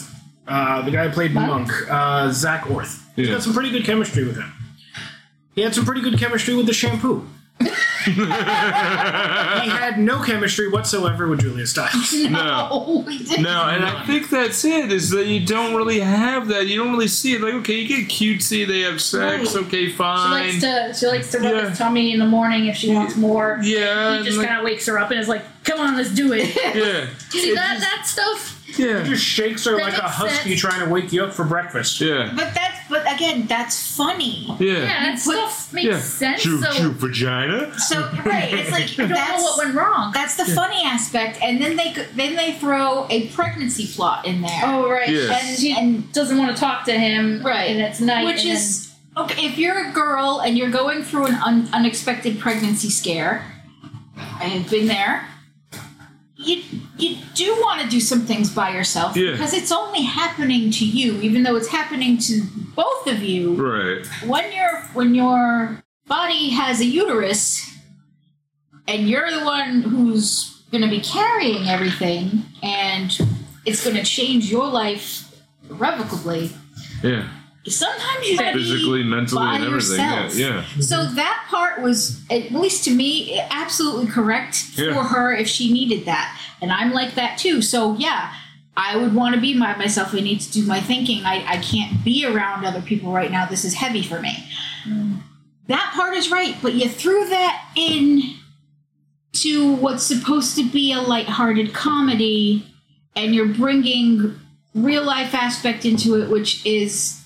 S2: uh, the guy who played Monk, uh, Zach Orth. He's
S1: Yeah.
S2: got some pretty good chemistry with him. He had some pretty good chemistry with the shampoo. he had no chemistry whatsoever with Julia Stiles.
S1: No.
S4: Oh, he did.
S1: No, and I think that's it. Is that you don't really have that. You don't really see it. Like, okay, you get cutesy. They have sex.
S4: Right.
S1: Okay,
S3: she
S1: fine.
S3: likes to she likes to rub
S1: Yeah.
S3: his tummy in the morning if she wants more.
S1: yeah.
S3: He
S1: and
S3: just
S1: like-
S3: kind of wakes her up and is like, "Come on, let's do it."
S1: yeah.
S3: See that that stuff?
S2: He
S1: Yeah.
S2: just shakes her
S3: That
S2: like a
S3: makes
S2: husky
S3: sense.
S2: trying to wake you up for breakfast.
S1: Yeah.
S4: But that's but again, that's funny.
S3: Yeah,
S1: Yeah.
S3: that
S4: put-
S3: stuff makes
S1: Yeah.
S3: sense.
S1: Chew-
S3: so
S1: chew vagina.
S4: So right, it's like
S3: I don't
S4: that's
S3: know what went wrong.
S4: that's the funny aspect, and then they go- then they throw a pregnancy plot in there.
S3: Oh right,
S1: Yeah.
S3: and she doesn't want to talk to him.
S4: Right.
S3: and it's night,
S4: which
S3: and
S4: is okay, if you're a girl and you're going through an un- unexpected pregnancy scare, I have been there. You you do want to do some things by yourself
S1: Yeah.
S4: because it's only happening to you, even though it's happening to both of you.
S1: Right.
S4: When your when your body has a uterus, and you're the one who's going to be carrying everything, and it's going to change your life irrevocably
S1: Yeah.
S4: sometimes you gotta be
S1: Physically, mentally,
S4: by
S1: and everything.
S4: yourself.
S1: Yeah,
S4: So that part was, at least to me, absolutely correct for
S1: Yeah.
S4: her if she needed that, and I'm like that too. So yeah, I would want to be by myself. I need to do my thinking. I I can't be around other people right now. This is heavy for me. That part is right, but you threw that in to what's supposed to be a lighthearted comedy, and you're bringing real life aspect into it, which is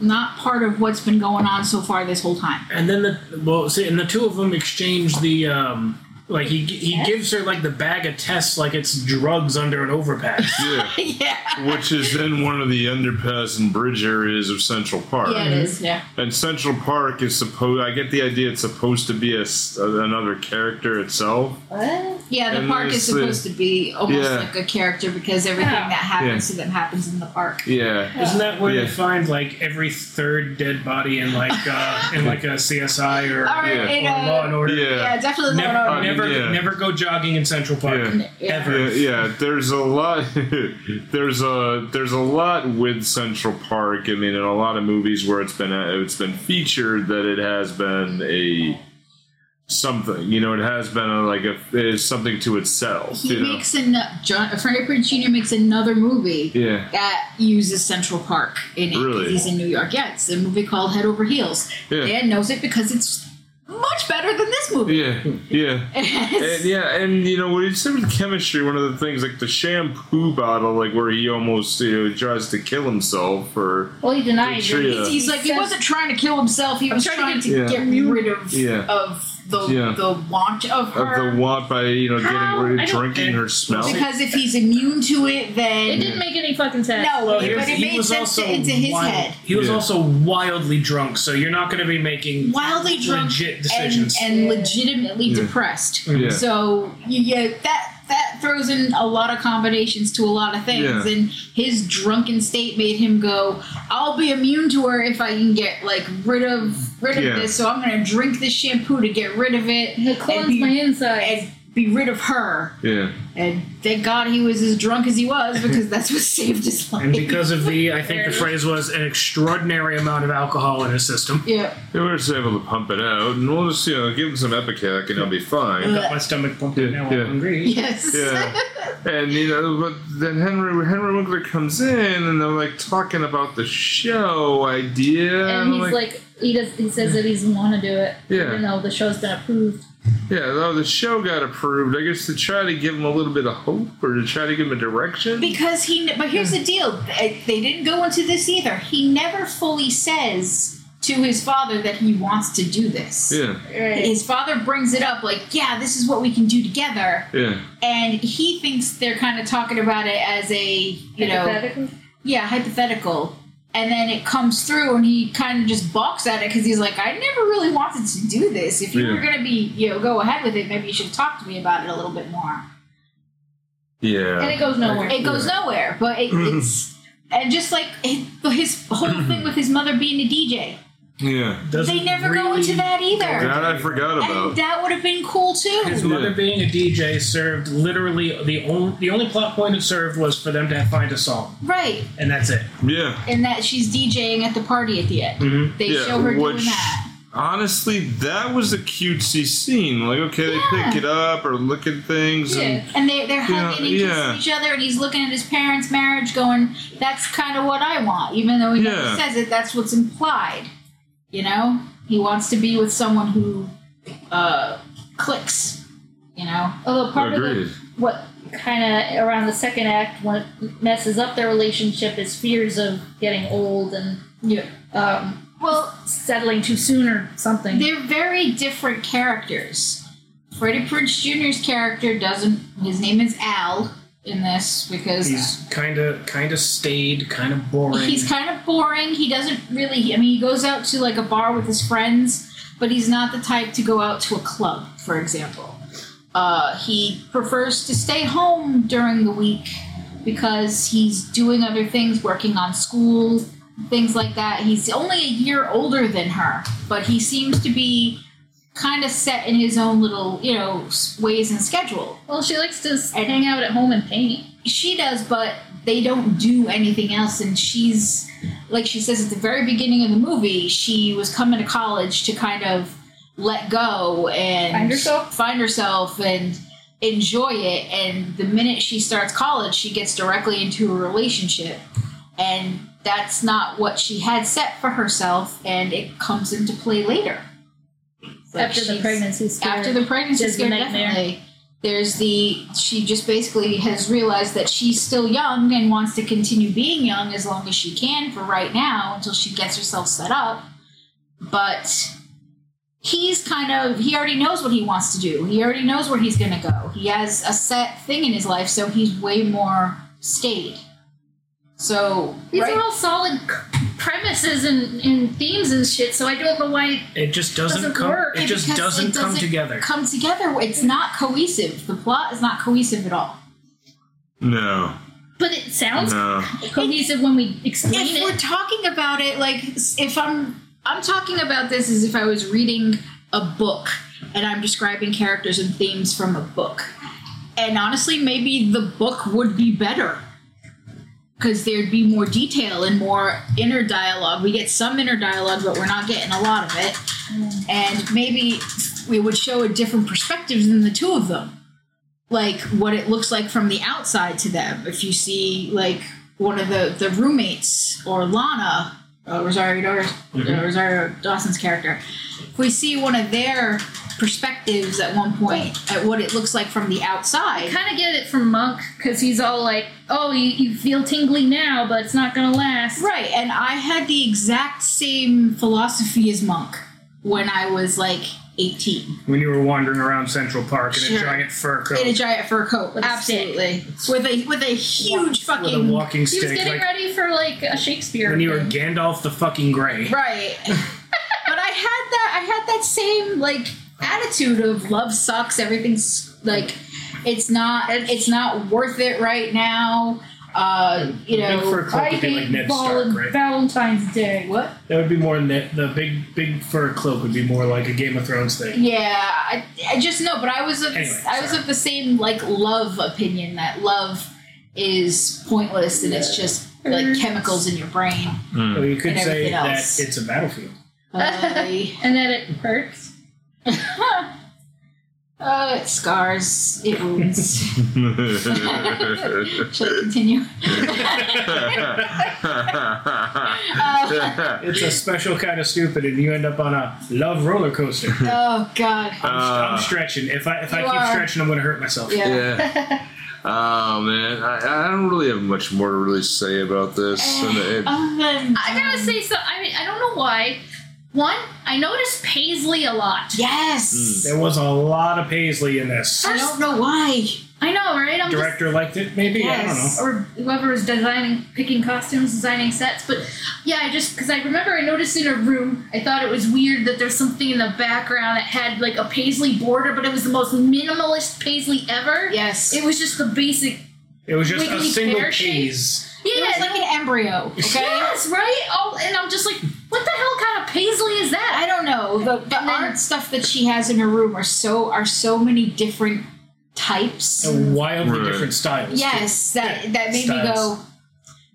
S4: not part of what's been going on so far this whole time.
S2: And then the well, see, and the two of them exchange the um, like he he gives her like the bag of tests, like it's drugs under an overpass.
S1: yeah.
S4: yeah.
S1: Which is then one of the underpass and bridge areas of Central Park.
S4: Yeah, it is. Yeah.
S1: And Central Park is supposed. I get the idea it's supposed to be a s another character itself.
S3: What?
S4: Yeah, the
S1: And
S4: park
S1: there's
S4: is
S1: the-
S4: supposed to be almost
S1: Yeah.
S4: like a character because everything
S3: Yeah.
S4: that happens
S1: Yeah.
S4: to them happens in the park.
S1: Yeah.
S2: Isn't that where
S1: Yeah.
S2: they find like every third dead body in like uh, in like a CSI or,
S4: All right,
S1: Yeah.
S2: or
S4: and, uh,
S2: Law and Order?
S4: yeah,
S1: Yeah.
S4: definitely.
S2: Never,
S4: Law and Order.
S2: never,
S1: Yeah.
S2: never go jogging in Central Park.
S1: Yeah.
S4: Yeah.
S2: Ever.
S1: Yeah, yeah, there's a lot. there's a there's a lot with Central Park. I mean, in a lot of movies where it's been uh, it's been featured that it has been a something. You know, it has been a, like a it is something to itself.
S4: He
S1: you know?
S4: makes an John Freddie Prinze Jr. makes another movie
S1: Yeah.
S4: that uses Central Park in it. 'cause
S1: Really?
S4: He's in New York. Yeah, it's a movie called Head Over Heels.
S1: Yeah.
S4: Dan knows it because it's much better than this movie.
S1: Yeah, yeah, and, yeah, and you know when you said with chemistry, one of the things like the shampoo bottle, like where he almost you know tries to kill himself, or
S3: Well, he denied
S1: Sure,
S3: it.
S1: yeah.
S4: He's like he
S3: says-
S4: wasn't trying to kill himself. He
S3: I'm
S4: was
S3: trying to
S4: trying to
S1: get-
S4: get,
S1: Yeah.
S4: rid of
S1: Yeah.
S4: of the
S1: Yeah.
S4: the want of
S1: of
S4: her.
S1: the want by you know
S3: How?
S1: getting
S3: I
S1: rid
S3: don't-
S1: drinking her smell.
S4: because if he's immune to it,
S3: It
S4: then
S3: didn't make any fucking sense.
S4: no.
S2: Well,
S4: but
S2: here's-
S4: it
S2: he
S4: made
S2: was
S4: sense
S2: also
S4: into his
S2: wild-
S4: head.
S2: He was
S1: Yeah.
S2: also wildly drunk, so you're not going to be making
S4: Wildly drunk
S2: legit
S4: and,
S2: decisions.
S4: and legitimately
S1: Yeah.
S4: depressed.
S1: Yeah.
S4: So you get that that throws in a lot of combinations to a lot of things.
S1: Yeah.
S4: And his drunken state made him go, "I'll be immune to her if I can get like rid of rid of
S1: Yeah.
S4: this. So I'm going to drink this shampoo to get rid of it
S3: It
S4: and
S3: clones
S4: be-
S3: my insides.
S4: and be rid of her."
S1: yeah,
S4: And thank God he was as drunk as he was because that's what saved his life.
S2: And because of the, I think the phrase was an extraordinary amount of alcohol in his system.
S4: yeah,
S1: they were just able to pump it out, and we'll just you know give him some Epicac, and he'll be fine.
S4: Ugh.
S2: My stomach pumped
S1: Yeah,
S2: now.
S1: yeah.
S2: I'm hungry.
S4: yes,
S1: Yeah. And you know, but then Henry Henry Winkler comes in, and they're like talking about the show idea, I'm
S3: And he's like, he does. He says that he doesn't want to do it,
S1: Oh Yeah.
S3: even though the show's been approved.
S1: Yeah, though the show got approved, I guess to try to give him a little bit of hope or to try to give him a direction.
S4: because he. kn- But here's
S1: Hmm.
S4: the deal: they they didn't go into this either. He never fully says to his father that he wants to do this.
S1: yeah,
S3: Right.
S4: His father brings it up like, "Yeah, this is what we can do together,"
S1: yeah,
S4: and he thinks they're kind of talking about it as a you know yeah, hypothetical. And then it comes through, and he kind of just balks at it because he's like, "I never really wanted to do this. If you
S1: Yeah.
S4: were going to be, you know, go ahead with it, maybe you should have talked to me about it a little bit more."
S1: yeah. Mm-hmm.
S3: and it goes nowhere.
S4: It goes nowhere, but it, it's and just like it, his whole thing with his mother being a DJ,
S1: yeah.
S2: Doesn't
S4: they never go
S2: really-
S4: into that either.
S1: That I forgot
S4: And
S1: about.
S4: that would have been cool
S2: His
S4: too.
S2: mother being a DJ served literally the only the only plot point it served was for them to find a song,
S4: Right.
S2: and that's it.
S1: yeah.
S4: And that she's DJing at the party at the end. They
S1: Mm-hmm. Yeah,
S4: show her
S1: which-
S4: doing that.
S1: Honestly, that was a cutesy scene. Like, okay, they
S4: Yeah.
S1: pick it up or look at things.
S3: Yeah.
S1: And,
S4: And they, they're hugging and kissing
S1: yeah.
S4: each other, and he's looking at his parents' marriage, going, "That's kind of what I want," even though he
S1: Yeah.
S4: never says it. That's what's implied. You know, he wants to be with someone who uh, clicks. You know,
S3: Although part
S1: Agreed.
S3: of the, what kind of around the second act, what messes up their relationship is fears of getting old and
S4: yeah.
S3: um,
S4: Well,
S3: settling too soon or something.
S4: they're very different characters. Freddie Prince Jr.'s character doesn't. His name is Al. in this because
S2: He's kind of kind of staid, kind of boring.
S4: He's kind of boring. He doesn't really. I mean, he goes out to like a bar with his friends, but he's not the type to go out to a club, for example. Uh, he prefers to stay home during the week because he's doing other things, working on school, things like that. He's only a year older than her, but he seems to be kind of set in his own little, you know, s- ways and schedule
S3: Well, she likes to s- hang out at home and paint.
S4: she does, but they don't do anything else. And she's like she says at the very beginning of the movie, she was coming to college to kind of let go and
S3: Find herself?
S4: find herself and enjoy it. And the minute she starts college, she gets directly into a relationship, and that's not what she had set for herself. And it comes into play later Like
S3: after the
S4: she's-
S3: pregnancy scare.
S4: after the pregnancy
S3: There's the
S4: scare,
S3: nightmare.
S4: definitely. There's the she just basically has realized that she's still young and wants to continue being young as long as she can for right now until she gets herself set up. But he's kind of he already knows what he wants to do. He already knows where he's going to go. He has a set thing in his life, so he's way more staid. So
S3: These
S4: right-
S3: are all solid c- premises and, and themes and shit, so I don't know why.
S2: it just doesn't,
S3: doesn't
S2: come.
S3: work.
S2: It just
S4: because
S2: doesn't,
S4: it
S2: come together.
S4: Come together. It's not cohesive. The plot is not cohesive at all.
S1: No,
S3: But it sounds
S1: no.
S2: Uh-huh.
S3: cohesive when we explain
S4: if we're
S3: it.
S4: talking about it like s- if i'm i'm talking about this as if i was reading a book and i'm describing characters and themes from a book and honestly maybe the book would be better because there'd be more detail and more inner dialogue we get some inner dialogue but we're not getting a lot of it and maybe we would show a different perspective than the two of them like what it looks like from the outside to them. If you see like one of the the roommates or Lana, uh, Rosario Dor- uh, Rosario Dawson's character, if we see one of their perspectives at one point at what it looks like from the outside.
S3: Kind of get it from Monk because he's all like, "Oh, you, you feel tingly now, but it's not gonna last."
S4: Right, and I had the exact same philosophy as Monk when I was like 18
S2: when you were wandering around Central Park in
S4: Sure.
S2: a giant fur coat
S4: in a giant fur coat.
S3: With a
S4: Absolutely. With a with a huge
S2: with a
S4: fucking
S2: walking
S3: He was
S2: stick,
S3: getting
S2: like
S3: ready for like a Shakespeare.
S2: when you were
S3: thing.
S2: Gandalf the fucking Grey.
S4: Right. but I had that I had that same like attitude of love sucks, everything's like it's not it's not worth it right now. Uh, you
S2: Big fur
S4: know,
S2: coat
S3: I
S2: would be like
S3: hate
S2: Ned
S3: Val-
S2: Stark, right?
S3: Valentine's Day. What?
S2: That would be more net. The big big fur cloak would be more like a Game of Thrones thing.
S4: yeah, I, I just know, but I was of,
S2: Anyway,
S4: I was
S2: sorry.
S4: of the same like love opinion that love is pointless and it's just like chemicals in your brain.
S2: Or you could
S4: And
S2: say
S4: everything else.
S2: that it's a battlefield.
S4: I-
S3: And that it hurts.
S4: uh, it scars, it wounds. Should I continue? Uh,
S2: It's a special kind of stupid, and you end up on a love roller coaster.
S4: oh God.
S2: I'm stretching. If I if I
S4: You
S2: keep
S4: are.
S2: stretching, I'm gonna hurt myself.
S4: Yeah.
S1: Uh, yeah. Oh man, I, I don't really have much more to really say about
S4: Eh.
S1: this. And it,
S4: Other than
S3: I um gotta say so. I mean, I don't know why. One, I noticed Paisley a lot.
S4: yes.
S2: There was a lot of Paisley in this.
S4: I don't know why.
S3: I know, right? I'm just-
S2: Director liked it, maybe. I don't know.
S4: Yes.
S3: or whoever was designing, picking costumes, designing sets. But yeah, I just because I remember I noticed in a room, I thought it was weird that there's something in the background that had like a paisley border, but it was the most minimalist paisley ever.
S4: Yes.
S3: it was just the basic.
S2: It was just a
S3: Wiggly
S2: single
S3: pear shape?
S2: Paisley.
S4: It
S3: Yeah,
S4: was like an embryo. Okay.
S3: yes, right. Oh, and I'm just like, what the hell kind of paisley is
S4: I
S3: that?
S4: don't know. The, the art stuff that she has in her room are so are so many different types.
S3: Oh,
S2: Wildly
S1: Right.
S2: different styles.
S4: Yes, that that made me
S2: Styles.
S4: go.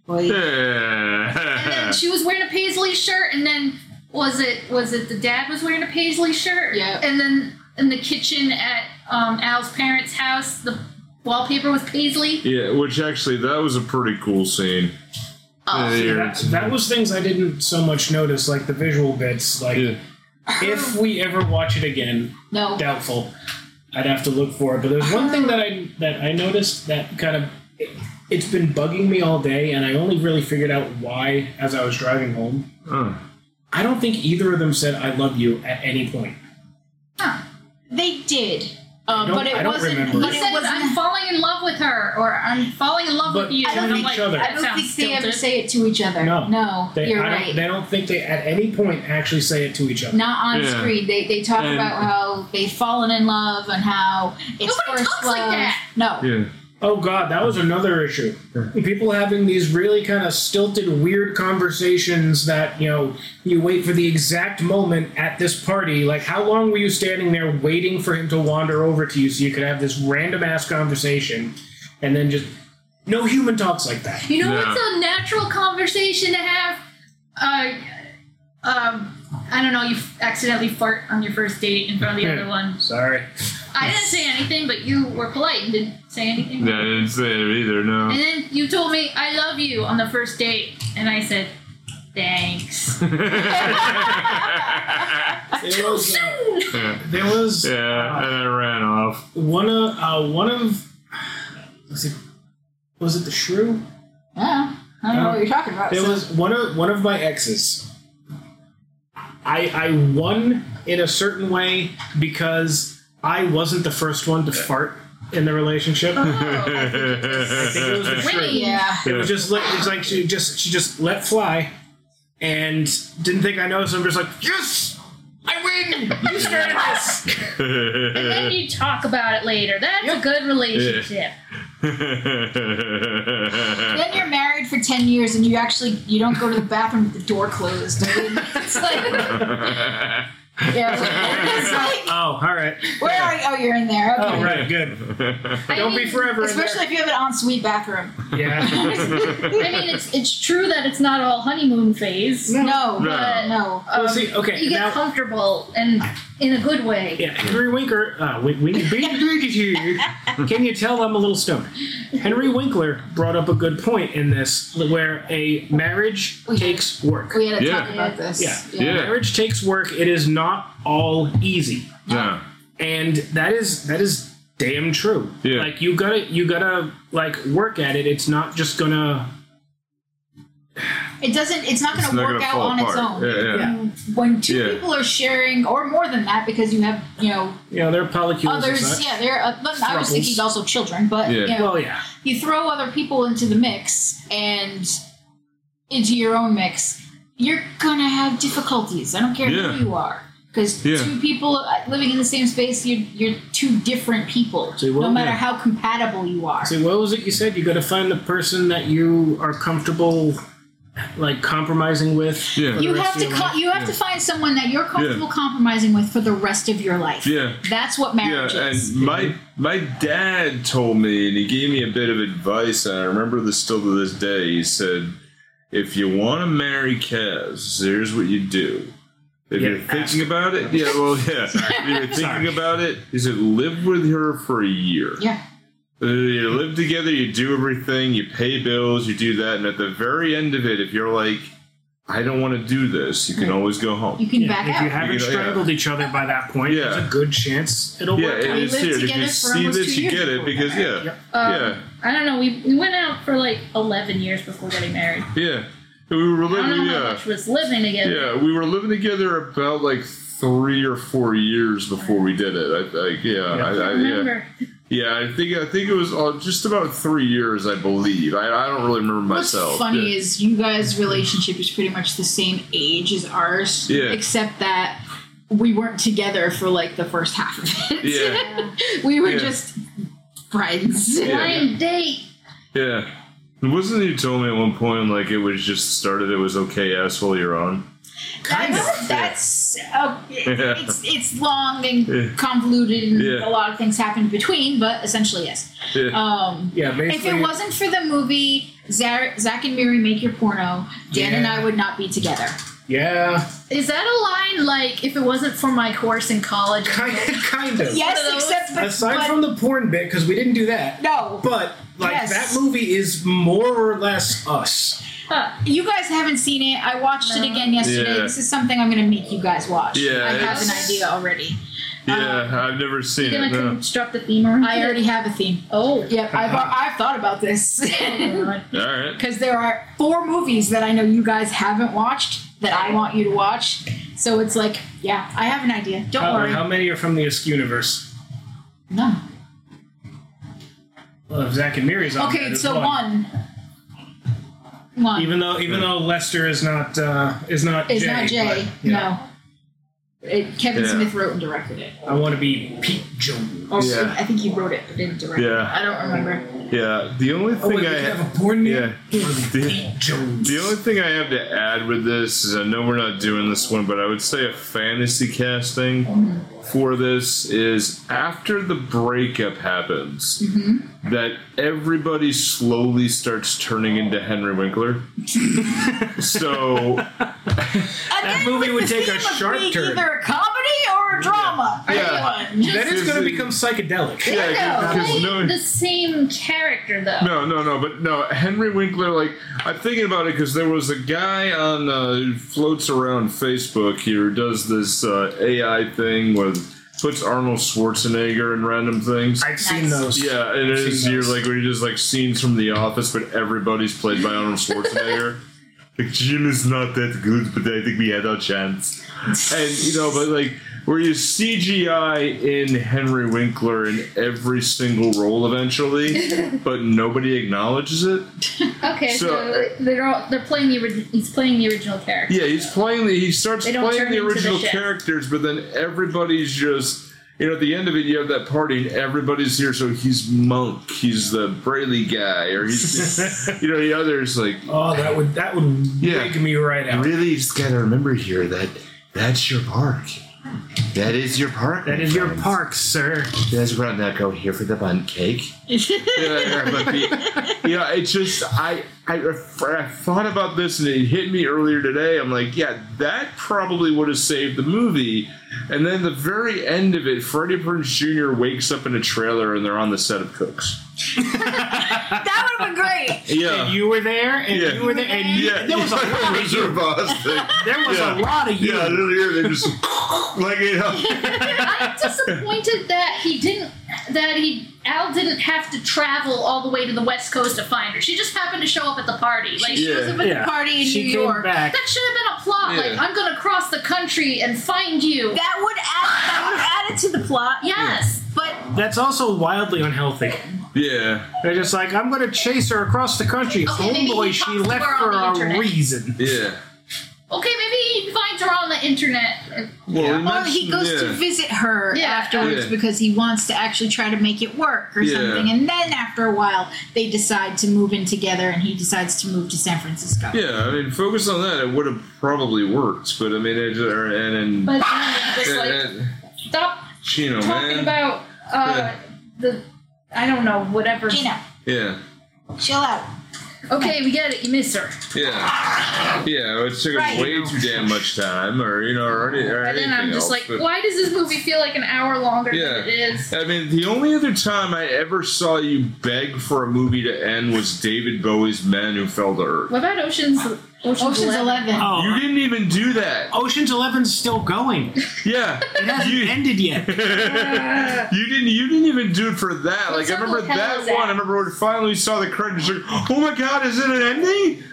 S4: Well,
S3: And then
S1: yeah.
S3: she was wearing a paisley shirt, and then was it was it the dad was wearing a paisley shirt?
S4: Yeah.
S3: And then in the kitchen at um, Al's parents' house, the wallpaper was paisley.
S1: yeah, which actually that was a pretty cool scene.
S4: Oh,
S1: Yeah,
S2: That, that was things I didn't so much notice, like the visual bits. Like
S1: yeah.
S2: if we ever watch it again,
S4: no.
S2: doubtful. I'd have to look for it. But there's one thing that I that I noticed that kind of it, it's been bugging me all day, and I only really figured out why as I was driving home.
S1: Oh.
S2: I don't think either of them said "I love you" at any point.
S4: They did. Uh,
S2: don't-
S4: but it
S2: I don't
S4: wasn't.
S2: remember.
S4: But
S3: He
S4: it
S3: said,
S4: wasn't.
S3: I'm falling in love with her, or I'm falling in love
S2: But
S3: with you.
S2: to
S3: and I'm
S2: each
S3: like,
S2: other.
S3: That
S4: I don't
S3: sounds
S4: think they ever
S3: tilted.
S4: say it to each other.
S2: No. They,
S4: you're
S2: I don't,
S4: right.
S2: they don't think they at any point actually say it to each other.
S4: Not on
S1: Yeah.
S4: screen. They, they talk
S1: And-
S4: about how they've fallen in love and how it's
S3: Nobody
S4: first
S3: talks
S4: love.
S3: like that.
S4: No.
S1: Yeah.
S2: Oh god, that was another issue. People having these really kind of stilted, weird conversations that you know you wait for the exact moment at this party. Like, how long were you standing there waiting for him to wander over to you so you could have this random ass conversation, and then just no human talks like that.
S3: You know
S1: Yeah.
S3: what's a natural conversation to have? Uh, um, I don't know. You accidentally fart on your first date in front of the other one.
S2: Sorry.
S3: I didn't say anything, but you were polite and didn't say anything.
S1: Yeah, I didn't say it either,
S3: And
S1: no.
S3: then you told me I love you on the first date, and I said thanks.
S2: It was, uh,
S1: yeah.
S2: there was
S1: yeah, and I ran off.
S2: one of uh, one of was it was it the shrew?
S4: Yeah. I don't know what you're talking about.
S2: There
S4: so-
S2: was one of one of my exes. I I won in a certain way because I wasn't the first one to fart in the
S4: Oh,
S2: relationship.
S4: Uh-huh.
S2: I think it was the shrew.
S3: Winning.
S4: yeah.
S2: It was just like it's like she just she just let fly, and didn't think I noticed. I'm just like yes, I win. You started this.
S3: And then you talk about it later. That's a good relationship.
S4: Then you're married for ten years and you actually you don't go to the bathroom with the door closed. I mean, it's like yeah, it's like,
S2: Oh, all right.
S4: where are you? Oh, you're in there. Okay.
S2: All right, good.
S3: I
S2: Don't be
S3: mean-
S2: forever. in there.
S4: Especially if you have an ensuite bathroom.
S2: Yeah.
S3: I mean, it's it's true that it's not all honeymoon phase.
S4: No,
S3: No.
S4: no.
S2: Well, see, okay,
S3: you get
S2: now-
S3: comfortable and in a good way.
S2: Yeah, Henry Winkler. Uh, Wink, Wink, Wink- Wink- Wink- can you tell I'm a little stoned? Henry Winkler brought up a good point in this, where a marriage takes work.
S4: We had to talk
S1: Yeah.
S4: about this.
S2: Yeah.
S1: Yeah.
S2: Marriage takes work. It is not all easy,
S1: yeah.
S2: and that is that is damn true.
S1: Yeah.
S2: Like you gotta you gotta like work at it. It's not just gonna.
S4: It doesn't. It's not going
S1: It's
S4: to
S1: not
S4: work
S1: gonna
S4: out
S1: fall
S4: on
S1: apart.
S4: its own.
S1: Yeah, yeah.
S2: Yeah.
S4: When two
S1: Yeah.
S4: people are sharing, or more than that, because you have you know
S2: You know, there are polycules. and
S4: others.
S2: such.
S4: Yeah, there. Uh, but I was
S2: Throuples.
S4: thinking also children, but
S1: Yeah.
S4: you know,
S2: Well, yeah.
S4: you throw other people into the mix and into your own mix. You're gonna have difficulties. I don't care
S1: Yeah.
S4: who you are, because
S1: Yeah.
S4: two people uh, living in the same space, you're, you're two different people.
S2: So you
S4: no
S2: won't-
S4: matter
S2: yeah.
S4: how compatible you are.
S2: See, what was it you said? You got to find the person that you are comfortable, like compromising with.
S1: Yeah.
S2: for the
S4: you
S2: rest
S4: have
S2: of
S4: to
S2: your
S4: co-
S2: life.
S4: you have to find someone that you're comfortable
S1: Yeah.
S4: compromising with for the rest of your life.
S1: Yeah.
S4: that's what marriage
S1: Yeah,
S4: is.
S1: and my my dad told me, and he gave me a bit of advice, and I remember this still to this day. He said, "If you want to marry Kaz, here's what you do. If
S2: Yeah,
S1: you're thinking about it, yeah, well, yeah. If you're thinking
S2: Sorry.
S1: about it, he said, live with her for a year.
S4: yeah,
S1: Uh, You live together, you do everything, you pay bills, you do that, and at the very end of it, if you're like, I don't want to do this, you can always go home.
S4: you can
S2: Yeah,
S4: back
S2: if you
S4: out.
S2: haven't
S1: You can- yeah.
S2: strangled each other by that point,
S1: Yeah.
S2: there's a good chance it'll
S1: yeah,
S2: work
S1: it
S2: out.
S1: is
S4: lived
S1: serious. If you
S4: together for
S1: see
S4: almost
S1: this,
S4: two
S1: you
S4: years
S1: get it
S4: before
S1: because yeah,
S2: Yep.
S3: Um,
S1: yeah.
S3: I don't know. We, we went out for like 11 years before getting married.
S1: Yeah. We were
S3: I don't
S1: living,
S3: know how
S1: yeah.
S3: much was living together.
S1: Yeah, we were living together about like three or four years before we did it. I think, yeah, I, I, yeah,
S3: Remember,
S1: yeah. I think I think it was uh, just about three years, I believe. I, I don't really remember
S4: What's
S1: myself.
S4: funny
S1: yeah.
S4: is you guys' relationship is pretty much the same age as ours,
S1: Yeah.
S4: except that we weren't together for like the first half of it.
S1: Yeah.
S4: we were
S1: Yeah.
S4: just friends.
S1: yeah,
S3: blind date.
S1: yeah. Wasn't it you told me at one point like it was just started? It was okay, asshole, you're on.
S2: Kind
S4: that's,
S2: of.
S4: That's uh, it's it's long and convoluted, and
S1: Yeah.
S4: a lot of things happened between, but essentially yes.
S3: Uh,
S1: Yeah.
S4: Um,
S2: Yeah,
S4: if
S2: basically.
S4: it wasn't for the movie Zach, Zach and Mary Make Your Porno, Dan and
S2: Yeah.
S4: I would not be together.
S2: yeah,
S3: Is that a line like if it wasn't for my course in college?
S2: kind, kind of.
S4: Yes,
S3: those-
S4: except but,
S2: Aside
S4: but
S2: from the porn bit, because we didn't do that.
S4: no,
S2: But like
S4: Yes.
S2: that movie is more or less us.
S3: Huh.
S4: You guys haven't seen it. I watched it again yesterday.
S1: Yeah.
S4: This is something I'm going to make you guys watch.
S1: Yeah,
S4: I have an
S1: it's-
S4: idea already.
S1: Yeah, I've never seen
S3: You're
S1: it.
S3: gonna
S1: No.
S3: construct a theme around
S4: I
S3: it?
S4: already have a theme.
S3: Oh.
S4: Yep, I've, I've thought about this
S3: God.
S1: All right.
S4: because there are four movies that I know you guys haven't watched that I want you to watch. So it's like, yeah, I have an idea. Don't
S2: How,
S4: worry.
S2: how many are from the Esk universe?
S4: No.
S2: Well, if Zach and Miri's on there,
S4: Okay,
S2: there's
S4: so one. One
S2: Even though, even though Lester is not uh, is not
S4: is
S2: Jay,
S4: not Jay.
S2: but, yeah.
S4: No. It, Kevin
S1: Yeah.
S4: Smith wrote and directed it.
S2: I want to be Pete Jones.
S4: Also,
S1: Yeah.
S4: I think he wrote it but didn't direct it.
S1: Yeah.
S4: I don't remember.
S1: Yeah, the only
S2: Oh,
S1: thing
S2: wait, we
S1: I
S2: could have a porn name?
S1: yeah.
S2: I wanna be
S1: The-
S2: Pete Jones.
S1: The only thing I have to add with this is I know we're not doing this one, but I would say a fantasy casting for this is after the breakup happens,
S3: Mm-hmm.
S1: that everybody slowly starts turning into Henry Winkler. so,
S4: Again,
S2: movie
S4: with
S2: would
S4: the
S2: take a
S4: theme of
S2: sharp
S4: being
S2: turn.
S4: Either a comedy or a drama.
S1: Yeah.
S4: Either one.
S2: that is going
S1: Is
S2: to
S1: it-
S2: become psychedelic.
S1: yeah,
S4: know.
S1: because no.
S3: the same character though.
S1: No, no, no, but no, Henry Winkler. Like I'm thinking about it because there was a guy on uh, who floats around Facebook here who does this uh, AI thing with puts Arnold Schwarzenegger in random things.
S2: I've seen
S4: Nice.
S2: those.
S1: yeah, it
S2: I've
S1: is.
S2: seen
S1: You're
S2: those.
S1: like where you just like scenes from The Office, but everybody's played by Arnold Schwarzenegger. like Jim is not that good, but I think we had our chance. And you know, but like where you CGI in Henry Winkler in every single role eventually, but nobody acknowledges it.
S3: Okay, so,
S1: So- uh,
S3: they're all they're playing the orig- he's playing the original character.
S1: Yeah, he's playing the he starts
S3: They don't
S1: playing
S3: turn
S1: the
S3: into the
S1: original
S3: shit.
S1: characters, but then everybody's just you know, at the end of it, you have that party, and everybody's here. So he's Monk, he's the Brayley guy, or he's, you know, the others like
S2: Oh, that would that would
S1: Yeah.
S2: wake me right out.
S1: really you just gotta remember here that that's your park. That is your park.
S2: That
S1: my
S2: is your
S1: friends.
S2: park, sir.
S1: That's where I'm not going here for the bun cake. yeah, but the, you know, it's just I, I I thought about this and it hit me earlier today. I'm like, yeah, that probably would have saved the movie. And then the very end of it, Freddie Prinze Jr. wakes up in a trailer and they're on the set of Cooks.
S4: That would have been great.
S1: Yeah,
S2: And you were there, and
S1: Yeah.
S2: you were there, and you,
S1: yeah,
S2: there was a lot of you.
S1: Reserve Oz thing.
S2: There was
S1: Yeah.
S2: a lot of you.
S1: Yeah, literally, they just like you know.
S3: I'm disappointed that he didn't that he Al didn't have to travel all the way to the West Coast to find her. She just happened to show up at the party. Like
S4: She was
S1: Yeah.
S4: up at the party in
S2: she
S4: New
S2: came
S4: York.
S2: back.
S3: that should have been a plot.
S1: Yeah.
S3: Like I'm gonna cross the country and find you.
S4: That would add that would have added to the plot.
S3: yes.
S4: But
S2: That's also wildly unhealthy.
S1: Yeah,
S2: They're just like, I'm gonna chase her across the country.
S3: Okay, maybe he
S2: Homeboy,
S3: talks
S2: she
S3: to
S2: left
S3: her
S2: for
S3: on the
S2: a
S3: internet.
S2: reason.
S1: yeah.
S3: Okay, maybe he finds her on the internet.
S1: Well, we
S4: Or uh, he
S1: mentioned-
S4: goes
S1: yeah.
S4: to visit her
S3: Yeah.
S4: afterwards
S1: Yeah.
S4: because he wants to actually try to make it work or
S1: Yeah.
S4: something. And then after a while, they decide to move in together and he decides to move to San Francisco.
S1: Yeah, I mean, focus on that. It would have probably worked, but I mean, it, or, and and,
S3: But then just like
S1: and- and-
S3: stop
S1: Chino,
S3: talking
S1: man.
S3: about uh,
S1: Yeah.
S3: the I don't know whatever.
S4: Gino,
S1: yeah,
S4: chill out.
S3: Okay, we get it. You miss her,
S1: yeah, yeah. It took
S4: Right.
S1: him way too damn much time, or you know, or, any, or
S3: and
S1: anything
S3: then I'm just
S1: else,
S3: like,
S1: but-
S3: why does this movie feel like an hour longer
S1: Yeah.
S3: than it is?
S1: I mean, the only other time I ever saw you beg for a movie to end was David Bowie's Men Who Fell to Earth.
S3: What about Ocean's Ocean's,
S4: Ocean's
S3: Eleven?
S4: Eleven.
S2: Oh,
S1: You didn't even do that.
S2: Ocean's Eleven's still going.
S1: Yeah,
S2: It hasn't
S1: You-
S2: ended yet.
S1: You didn't. You didn't even do it for that.
S3: What
S1: like I
S3: song
S1: remember
S3: the hell
S1: that
S3: is
S1: one.
S3: that?
S1: I remember when finally we saw the credits. Like, oh my god, is it an ending?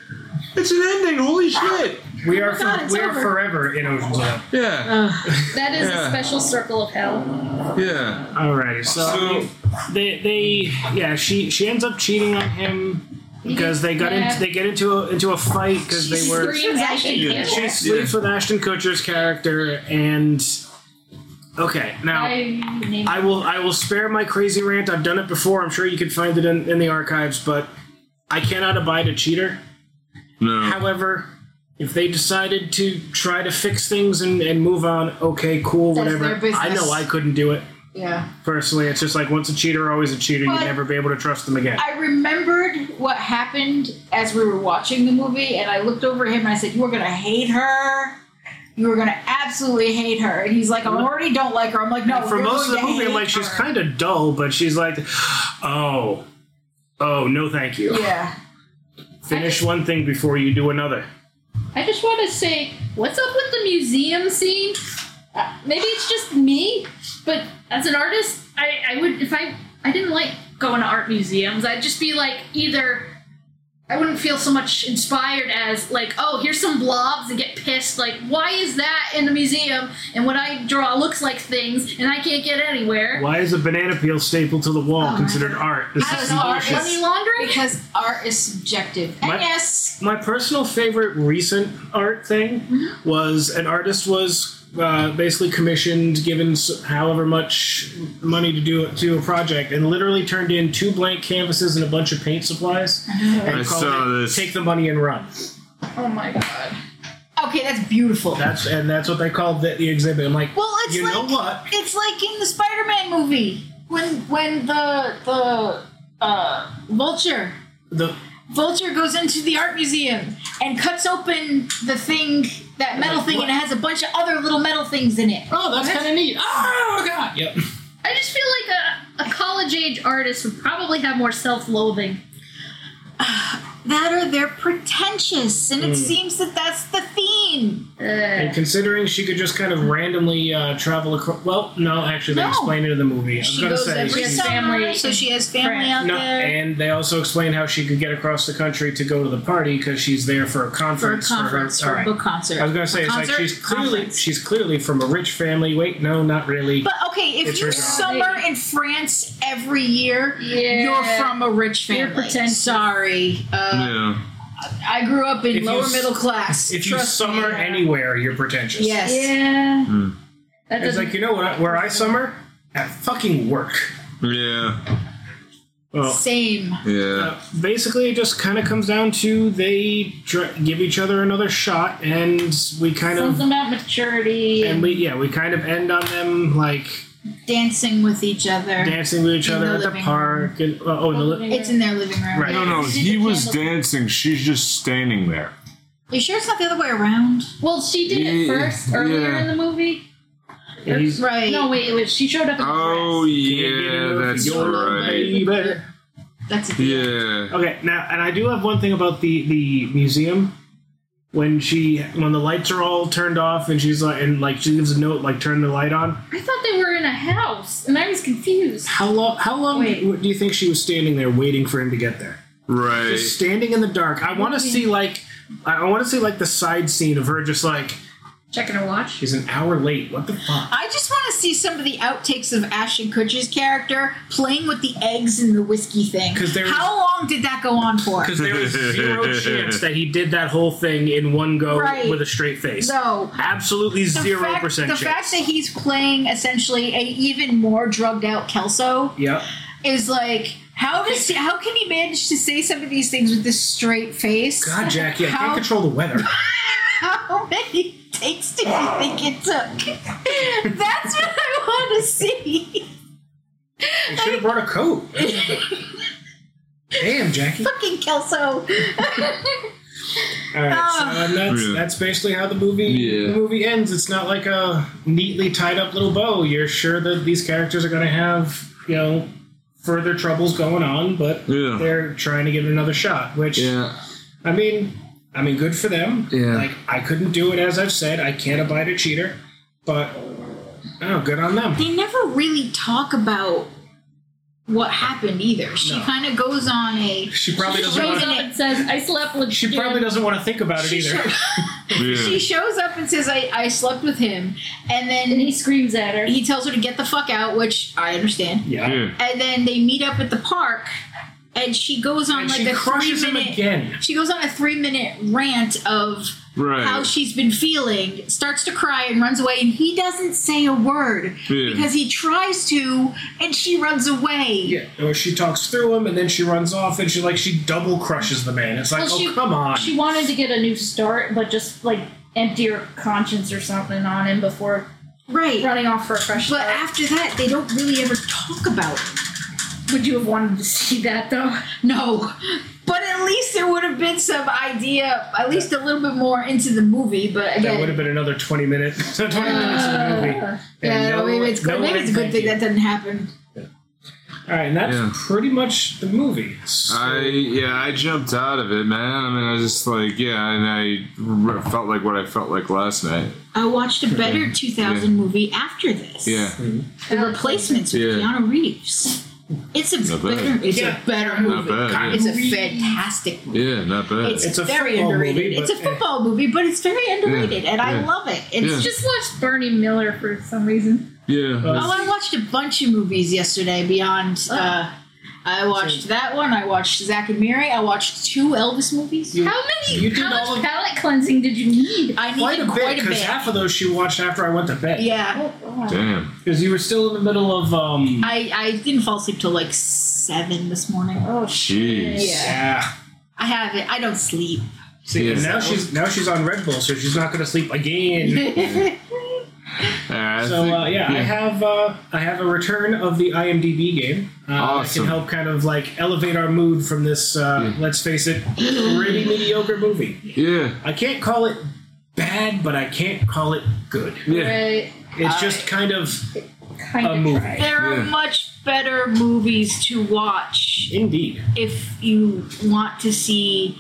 S1: It's an ending. Holy shit!
S2: We are
S4: God,
S2: for,
S4: it's
S2: we are
S4: over.
S2: forever in Ocean's Eleven.
S1: Yeah,
S3: That is
S1: Yeah.
S3: a special circle of hell. Uh,
S1: yeah.
S2: Alrighty, so,
S1: So-
S2: they they yeah she she ends up cheating on him because they got
S3: Yeah.
S2: into they get into a, into a fight because they were
S3: Screams
S4: Yeah.
S3: I should
S1: Yeah.
S2: she
S3: hear.
S2: sleeps with Ashton Kutcher's character and okay now.
S3: I named
S2: I will I will spare my crazy rant. I've done it before. I'm sure you can find it in, in the archives, but I cannot abide a cheater.
S1: No.
S2: However, if they decided to try to fix things and, and move on, okay, cool,
S4: That's
S2: whatever.
S4: their business.
S2: I know I couldn't do it.
S4: Yeah.
S2: Personally, it's just like once a cheater, always a cheater. You'd
S4: But-
S2: never be able to trust them again.
S4: I remembered what happened as we were watching the movie, and I looked over at him and I said, You are going to hate her. You are going to absolutely hate her. And he's like, I already don't like her. I'm like, No,
S2: For
S4: you're
S2: most of the
S4: going to
S2: movie, I'm
S4: hate
S2: like, she's
S4: her."
S2: kind of dull, but she's like, oh, oh, no, thank you.
S4: Yeah.
S2: Finish one thing before you do another.
S3: I just want to say, what's up with the museum scene? Uh, maybe it's just me, but as an artist, I, I would if I I didn't like going to art museums. I'd just be like either I wouldn't feel so much inspired as like, oh, here's some blobs and get pissed. Like, why is that in the museum and what I draw looks like things and I can't get anywhere?
S2: Why is a banana peel stapled to the wall considered art? This
S4: Oh. I
S2: is
S4: don't know,
S2: some
S4: art
S2: bullshit.
S3: Money laundering?
S4: Because art is subjective. And
S2: My-
S4: yes,
S2: My personal favorite recent art thing
S4: Mm-hmm.
S2: was an artist was uh, basically commissioned, given s- however much money to do it to a project, and literally turned in two blank canvases and a bunch of paint supplies. And
S1: I
S2: called
S1: saw
S2: it,
S1: this.
S2: Take the money and run.
S3: Oh my god.
S4: okay, that's beautiful.
S2: That's and that's what they called the, the exhibit. I'm like,
S4: well, it's
S2: you
S4: like
S2: know what?
S4: it's like in the Spider-Man movie when when the the uh, vulture
S2: The
S4: Vulture goes into the art museum and cuts open the thing, that metal thing, and it has a bunch of other little metal things in it.
S2: oh, that's kind of neat. Oh god. Yep.
S3: I just feel like a, a college age artist would probably have more self loathing.
S4: That are they're pretentious, and
S2: Hmm.
S4: it seems that that's the theme.
S3: Uh,
S2: And considering she could just kind of randomly uh, travel across. Well, no, actually, they
S4: No.
S2: explain it in the movie. I was
S3: She
S2: gonna
S3: goes
S2: say
S3: every
S2: she-
S3: has family
S4: so
S3: in
S4: she has family
S3: France.
S4: out
S2: No,
S4: there.
S2: and they also explain how she could get across the country to go to the party because she's there for a
S4: for a
S2: conference.
S4: conference,
S2: her,
S4: for a
S2: alright.
S4: book concert.
S2: I was gonna say
S4: A
S2: it's like
S4: concert,
S2: she's clearly
S4: conference.
S2: she's clearly from a rich family. Wait, no, not really.
S4: But okay, if
S2: It's
S4: you
S2: her job.
S4: summer in France every year,
S3: Yeah.
S4: you're from a rich
S3: You're
S4: family.
S3: pretentious.
S4: Sorry, uh,
S1: Yeah.
S4: I grew up in
S2: If you
S4: lower
S2: s-
S4: middle class.
S2: if you
S4: Trust me.
S2: summer anywhere, you're pretentious.
S4: yes,
S3: Yeah.
S1: Hmm.
S3: That
S2: it's
S3: doesn't
S2: like you know what? Where I summer at fucking work.
S1: Yeah.
S2: Well,
S4: same.
S1: Yeah.
S2: Uh, basically, it just kind of comes down to they dr- give each other another shot, and we kind
S3: something
S2: of
S3: about maturity.
S2: and we yeah we kind of end on them like
S4: Dancing with each other.
S2: dancing with each
S4: In
S2: other
S4: the
S2: at the
S4: living
S2: park and oh, oh in the li-
S4: It's in their living room.
S2: Right.
S1: No, no,
S3: She
S1: he
S3: did
S1: was
S3: candle-
S1: dancing. She's just standing there.
S4: You sure it's not the other way around?
S3: well, she did
S1: Yeah,
S3: it first earlier
S1: yeah.
S3: in the movie.
S2: he's-
S4: Right.
S3: No, wait, it was she showed up in the
S1: Oh,
S3: dress.
S1: yeah, that's right.
S2: You better.
S4: That's a
S1: Yeah.
S2: Okay, now, and I do have one thing about the the museum. When she, when the lights are all turned off, and she's like, and like she leaves a note, like turn the light on.
S3: I thought they were in a house, and I was confused.
S2: How long? How long
S3: Wait.
S2: do you think she was standing there waiting for him to get there?
S1: Right.
S2: Just standing in the dark. I want to see like, I want to see like the side scene of her just like
S3: Checking her watch.
S2: she's an hour late. What the fuck?
S4: I just want to see some of the outtakes of Ashton Kutcher's character playing with the eggs and the whiskey thing.
S2: 'Cause there-
S4: How long did that go on for?
S2: Because there is zero chance that he did that whole thing in one go
S4: Right.
S2: with a straight face.
S4: No.
S2: Absolutely
S4: The
S2: zero
S4: fact-
S2: percent
S4: The
S2: chance.
S4: fact that he's playing essentially a even more drugged out Kelso
S2: yeah.
S4: is like, how does he, how can he manage to say some of these things with this straight face?
S2: God, Jackie, I
S4: How-
S2: can't control the weather.
S4: How many takes do you think it took? That's what I want to see.
S2: You should have brought a coat. Damn, Jackie.
S4: Fucking Kelso.
S2: All right,
S4: Ah.
S2: so and that's
S1: Yeah.
S2: that's basically how the movie
S1: Yeah.
S2: the movie ends. It's not like a neatly tied up little bow. You're sure that these characters are going to have you know further troubles going on, but
S1: Yeah.
S2: they're trying to give it another shot. Which
S1: Yeah.
S2: I mean, I mean, good for them.
S1: Yeah.
S2: Like I couldn't do it, as I've said. I can't abide a cheater, but oh, good on them.
S4: they never really talk about what happened either. She
S2: No.
S4: kind of goes on a.
S2: She probably
S3: She
S2: doesn't.
S3: shows up
S2: Wanna,
S3: and says, I slept with
S2: she probably
S3: Jim."
S2: doesn't want to think about it
S4: She,
S2: either.
S4: sho- she
S1: Yeah.
S4: shows up and says, I, I slept with him.
S3: And
S4: And then
S3: he screams at her.
S4: he tells her to get the fuck out, which I understand.
S2: Yeah.
S1: Yeah.
S4: And then they meet up at the park, and she goes on
S2: And
S4: like
S2: she
S4: a three
S2: crushes him
S4: minute.
S2: again.
S4: She goes on a three minute rant of how
S1: Right.
S4: she's been feeling, starts to cry and runs away, and he doesn't say a word
S1: Yeah.
S4: because he tries to, and she runs away.
S2: Yeah, or she talks through him and then she runs off and she like she double crushes the man. It's like,
S3: Well,
S2: oh
S3: she-
S2: come on.
S3: She wanted to get a new start, but just like empty her conscience or something on him before
S4: Right.
S3: running off for a fresh
S4: But
S3: start.
S4: after that, they don't really ever talk about it.
S3: Would you have wanted to see that though?
S4: No. But at least there would have been some idea, at least a little bit more into the movie. But
S2: that would
S4: again,
S2: have been another twenty minutes. Twenty minutes of the movie. And
S4: Uh, yeah,
S2: no-
S4: maybe it's good.
S2: no
S4: maybe it's a good
S2: thank
S4: thing
S2: you.
S4: that didn't happen.
S2: All right, and that's
S1: Yeah.
S2: pretty much the movie. So-
S1: I yeah I jumped out of it, man. I mean, I was just like yeah, and I re- felt like what I felt like last night.
S4: I watched a
S2: Mm-hmm.
S4: better 2000 movie after this.
S1: Yeah,
S4: The replacements with
S1: Yeah.
S4: Keanu Reeves. It's a
S1: Not
S4: better,
S1: bad.
S4: it's
S2: Yeah.
S4: a better movie.
S1: bad,
S4: It's
S2: yeah.
S4: a fantastic movie.
S1: Yeah, not bad.
S4: It's,
S2: It's a
S4: very
S2: football
S4: underrated.
S2: movie,
S4: it's a
S2: but, eh.
S4: football movie, but it's very underrated, and I
S1: yeah.
S4: love it. It's
S1: Yeah.
S4: just
S3: Just watched Bernie Miller for some reason.
S1: yeah.
S2: Uh,
S4: oh, I watched a bunch of movies yesterday. Beyond,
S2: Oh.
S4: uh, I watched that one. I watched Zack and Mary. I watched two Elvis movies.
S2: You-
S3: How many?
S2: You did
S3: How
S2: all
S3: much
S2: of-
S3: palate cleansing did you need?
S4: I
S2: quite
S4: needed
S2: a bit because half of those she watched after I went to bed.
S4: yeah,
S3: Oh,
S1: Damn.
S2: because you were still in the middle of um.
S4: I I didn't fall asleep till like seven this morning.
S3: Oh
S1: Jeez.
S3: shit.
S2: Yeah.
S4: I have it. I don't sleep.
S2: See, and
S1: Yeah.
S2: now she's now she's on Red Bull, so she's not going to sleep again.
S1: Uh, I
S2: so
S1: think-
S2: uh, yeah, I have uh, I have a return of the IMDb game. Uh,
S1: Awesome.
S2: That can help kind of like elevate our mood from this. Uh, Let's face it, pretty mediocre movie.
S1: yeah.
S2: I can't call it bad, but I can't call it good.
S1: Yeah.
S3: Right.
S2: It's
S4: I-
S2: just kind of
S3: Kind
S2: a
S3: of
S2: movie.
S4: There are
S1: Yeah.
S4: much better movies to watch
S2: Indeed.
S4: if you want to see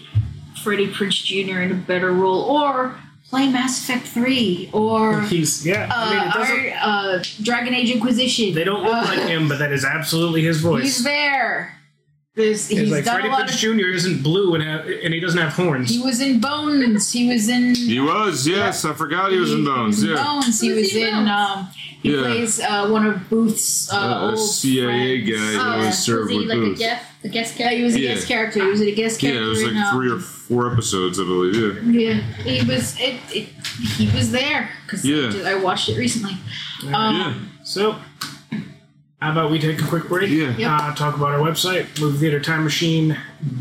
S4: Freddie Prince Jr. in a better role, or play Mass Effect 3, or uh,
S2: He's yeah. I mean, it doesn't.
S4: our, uh, Dragon Age Inquisition.
S2: They don't look
S4: Uh,
S2: like him, but that is absolutely his voice.
S4: He's there. There's,
S2: It's
S4: he's
S2: like
S4: done
S2: Freddie
S4: a lot
S2: Prinze
S4: of.
S2: Jr. isn't blue and have, and he doesn't have horns.
S4: He was in Bones. He was in.
S1: He was, yes. I forgot he was in Bones. Yeah.
S4: Bones. He
S3: Who's
S4: was
S3: he in
S4: in.
S3: Bones?
S4: Um, he
S1: Yeah.
S4: plays uh, one of Booth's uh,
S1: Uh, a
S4: old
S1: CIA
S4: friends.
S1: guy.
S4: Uh,
S1: Yeah,
S3: Uh,
S1: we
S3: was
S1: serve
S3: he
S1: with
S3: like a
S1: booze.
S3: guest? A guest
S4: yeah,
S3: guy?
S4: he was a
S1: Yeah.
S4: guest character. He was a guest character.
S1: Yeah, it was
S4: in,
S1: like
S4: um,
S1: three or four episodes, I believe. Yeah.
S4: Yeah, he was. It, it he was there because
S1: Yeah.
S4: I, watched it recently. Um,
S1: Yeah.
S2: So, how about we take a quick break?
S1: Yeah.
S4: Yep.
S2: Uh, talk about our website, movietheatertimemachine.com.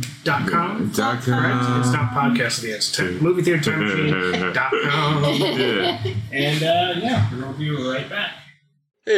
S1: Doc,
S2: Correct? It's
S1: uh,
S2: not podcast at the end. It's t- movietheatertimemachine.com.
S1: yeah.
S2: and uh, yeah, we'll be right back.
S1: Hey,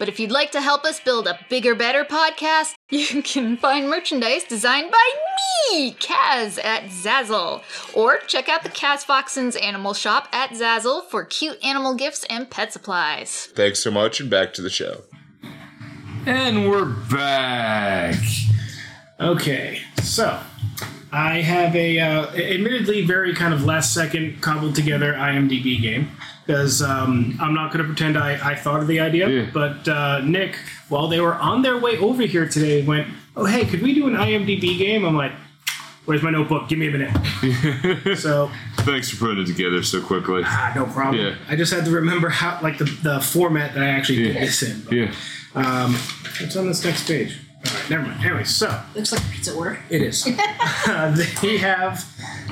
S5: But if you'd like to help us build a bigger, better podcast, you can find merchandise designed by me, Kaz, at Zazzle. Or check out the Kaz Foxen's Animal Shop at Zazzle for cute animal gifts and pet supplies.
S6: Thanks so much, and back to the show.
S1: And we're back.
S2: Okay, so I have a uh, admittedly very kind of last second cobbled together IMDb game because um, I'm not going to pretend I, I thought of the idea.
S1: Yeah.
S2: But uh, Nick, while they were on their way over here today, went, "Oh hey, could we do an IMDb game?" I'm like, "Where's my notebook? Give me a minute." so
S1: Thanks for putting it together so quickly.
S2: ah, no problem.
S1: Yeah.
S2: I just had to remember how like the, the format that I actually
S1: Yeah.
S2: did this in. But,
S1: Yeah.
S2: Um, what's on this next page? All right, never mind. Anyway, so.
S4: Looks like a pizza order.
S2: It is. uh, they have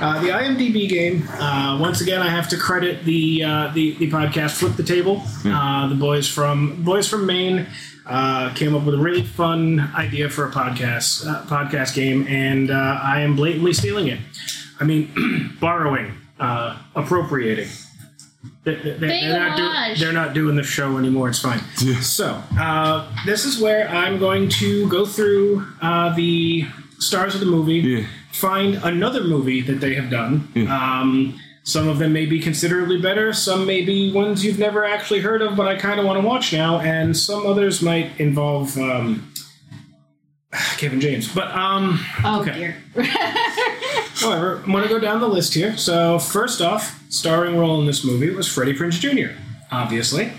S2: uh, the IMDb game. Uh, once again, I have to credit the uh, the, the podcast Flip the Table. Uh, the boys from boys from Maine uh, came up with a really fun idea for a podcast uh, podcast game, and uh, I am blatantly stealing it. I mean, borrowing, uh, appropriating. They- they- They're not, doing,
S3: homage.
S2: they're not doing the show anymore. It's fine. So uh, this is where I'm going to go through uh, the stars of the movie,
S1: Yeah.
S2: find another movie that they have done. Um, some of them may be considerably better. Some may be ones you've never actually heard of, but I kind of want to watch now. And some others might involve um, Kevin James. But um,
S4: Oh
S2: Okay.
S4: dear.
S2: However, I'm going to go down the list here. So, first off, starring role in this movie was Freddie Prinze Jr., obviously.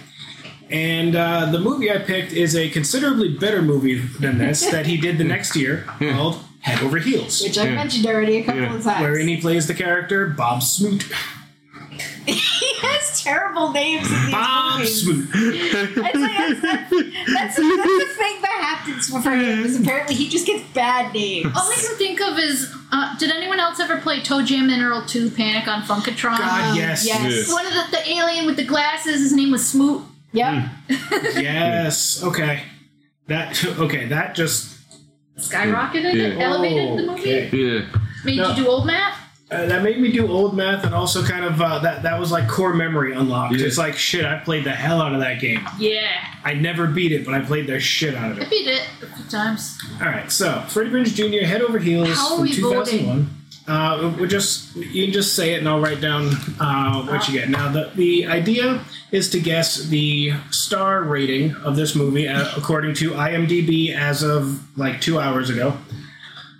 S2: And uh, the movie I picked is a considerably better movie than this that he did the next year called Head Over Heels,
S4: Which I mentioned already a couple
S1: Yeah.
S4: of times.
S2: wherein he plays the character Bob Smoot.
S4: he has terrible names in these
S2: Bob
S3: Um.
S4: movies.
S2: Smoot.
S4: It's like, that's, that's, that's, the thing that happens for him. Is apparently he just gets bad names. Oh
S3: All I can think of is, uh, did anyone else ever play Toe Jam and Earl 2 Panic on Funkatron?
S2: God, yes.
S4: Um, Yes.
S3: One of the, the alien with the glasses, his name was Smoot.
S4: Yep.
S1: Mm.
S2: Yes. Okay. That okay. That just
S3: Skyrocketed it,
S1: Yeah.
S3: elevated the movie,
S2: Oh, okay.
S1: Yeah.
S3: made
S2: No.
S3: you do old math.
S2: Uh, that made me do old math and also kind of uh, that that was like core memory unlocked.
S1: Yeah.
S2: It's like shit. I played the hell out of that game.
S3: Yeah.
S2: I never beat it, but I played the shit out of
S3: I
S2: it.
S3: beat it a few times.
S2: All right, so Freddie Prinze Jr. Head Over Heels
S3: How are
S2: from
S3: we voting?
S2: 2001. Uh, we just you can just say it, and I'll write down uh, what you get. Now, the the idea is to guess the star rating of this movie uh, according to IMDb as of like two hours ago,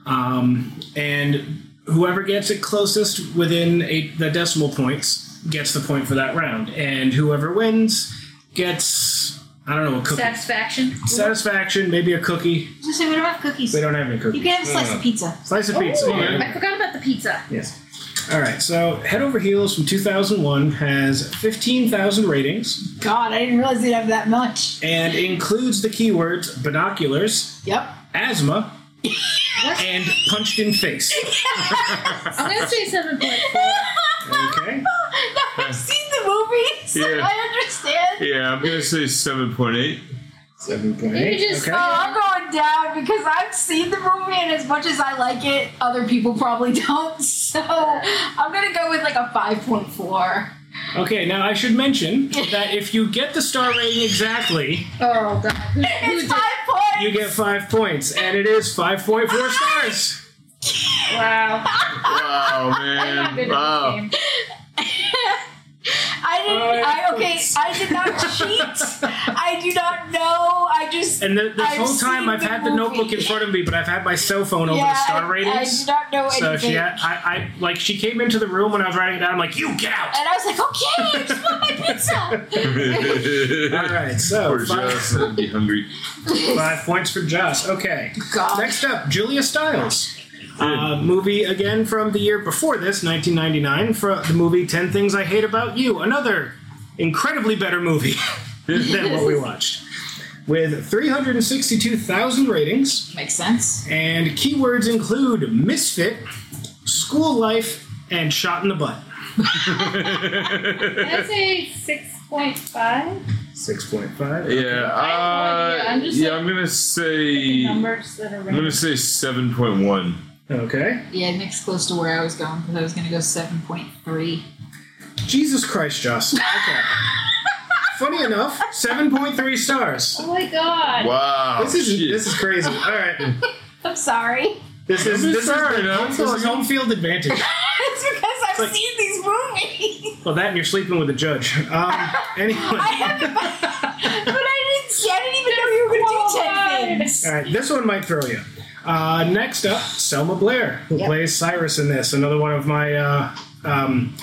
S2: um, and whoever gets it closest within a, the decimal points gets the point for that round, and whoever wins gets I don't know a cookie.
S3: Satisfaction.
S2: Satisfaction, maybe a cookie.
S4: I was gonna say, what about cookies?
S2: They don't have any
S4: You
S2: cookies.
S4: can have a slice
S1: Uh.
S4: of pizza.
S2: Slice of pizza. yeah.
S3: I forgot about the pizza.
S2: Yes. All right. So Head Over Heels from 2001 has 15,000 ratings
S4: God, I didn't realize they'd have that much.
S2: and includes the keywords binoculars,
S4: Yep.
S2: asthma, and punched in face.
S3: I'm gonna say seven point.
S2: Okay.
S4: now I've seen the movie, so
S1: Yeah.
S4: I understand.
S1: Yeah, I'm gonna say seven point eight.
S2: Seven point
S3: You
S2: eight.
S3: just-
S2: okay.
S4: Oh, I'm going down because I've seen the movie, and as much as I like it, other people probably don't. So I'm gonna go with like a 5.4.
S2: Okay. Now I should mention that if you get the star rating exactly,
S3: Oh god. Who, who
S4: It's
S3: did-
S4: five points.
S2: you get five points, and it is 5.4 stars.
S3: Wow.
S1: Wow,
S3: I'm not good
S1: man.
S3: at
S1: Wow.
S3: this game.
S4: I didn't. I okay. I did not cheat. I do not know. I just.
S2: And the, this
S4: I've
S2: whole time,
S4: seen
S2: I've
S4: the
S2: had the
S4: movie.
S2: notebook in front of me, but I've had my cell phone over
S4: yeah,
S2: the star ratings.
S4: I, I do not know
S2: So
S4: anything.
S2: she had, I, I, like, she came into the room when I was writing it down. I'm like, you get out.
S4: and I was like, okay, I just want my pizza.
S2: All right, so
S1: Poor
S2: five,
S1: Joss, I'd be hungry.
S2: five points for Joss. Okay.
S4: God.
S2: Next up, Julia Stiles. Uh, movie again from the year before this, 1999, for the movie 10 Things I Hate About You. Another incredibly better movie than what we watched. With 362,000 ratings,
S4: Makes sense.
S2: and keywords include misfit, school life, and shot in the butt.
S3: Can I say six point five?
S2: 6.5.
S1: Yeah,
S3: I have no
S1: uh,
S3: idea. I'm just,
S1: yeah,
S3: like,
S1: I'm gonna say. I'm
S3: Numbers that are
S1: gonna
S3: random.
S1: say seven point one.
S2: Okay.
S4: Yeah, Nick's close to where I was going because I was going to go 7.3.
S2: Jesus Christ, Joss. Okay. Funny enough, 7.3 stars.
S3: Oh my god.
S1: Wow.
S2: This is
S1: Oh, shit.
S2: this is crazy. All right,
S4: I'm sorry.
S2: this is
S1: I'm
S2: this is,
S1: sorry,
S2: the-
S1: I'm
S2: this is
S1: sorry.
S2: home field advantage.
S4: it's because I've
S2: like-
S4: seen these movies.
S2: Well, that and you're sleeping with a judge. Um, anyway,
S4: I haven't, but I didn't see. I didn't even know you were going to do 10 things.
S2: all right, this one might throw you. Uh, next up, Selma Blair, who
S4: Yep.
S2: plays Cyrus in this. Another one of my uh, um,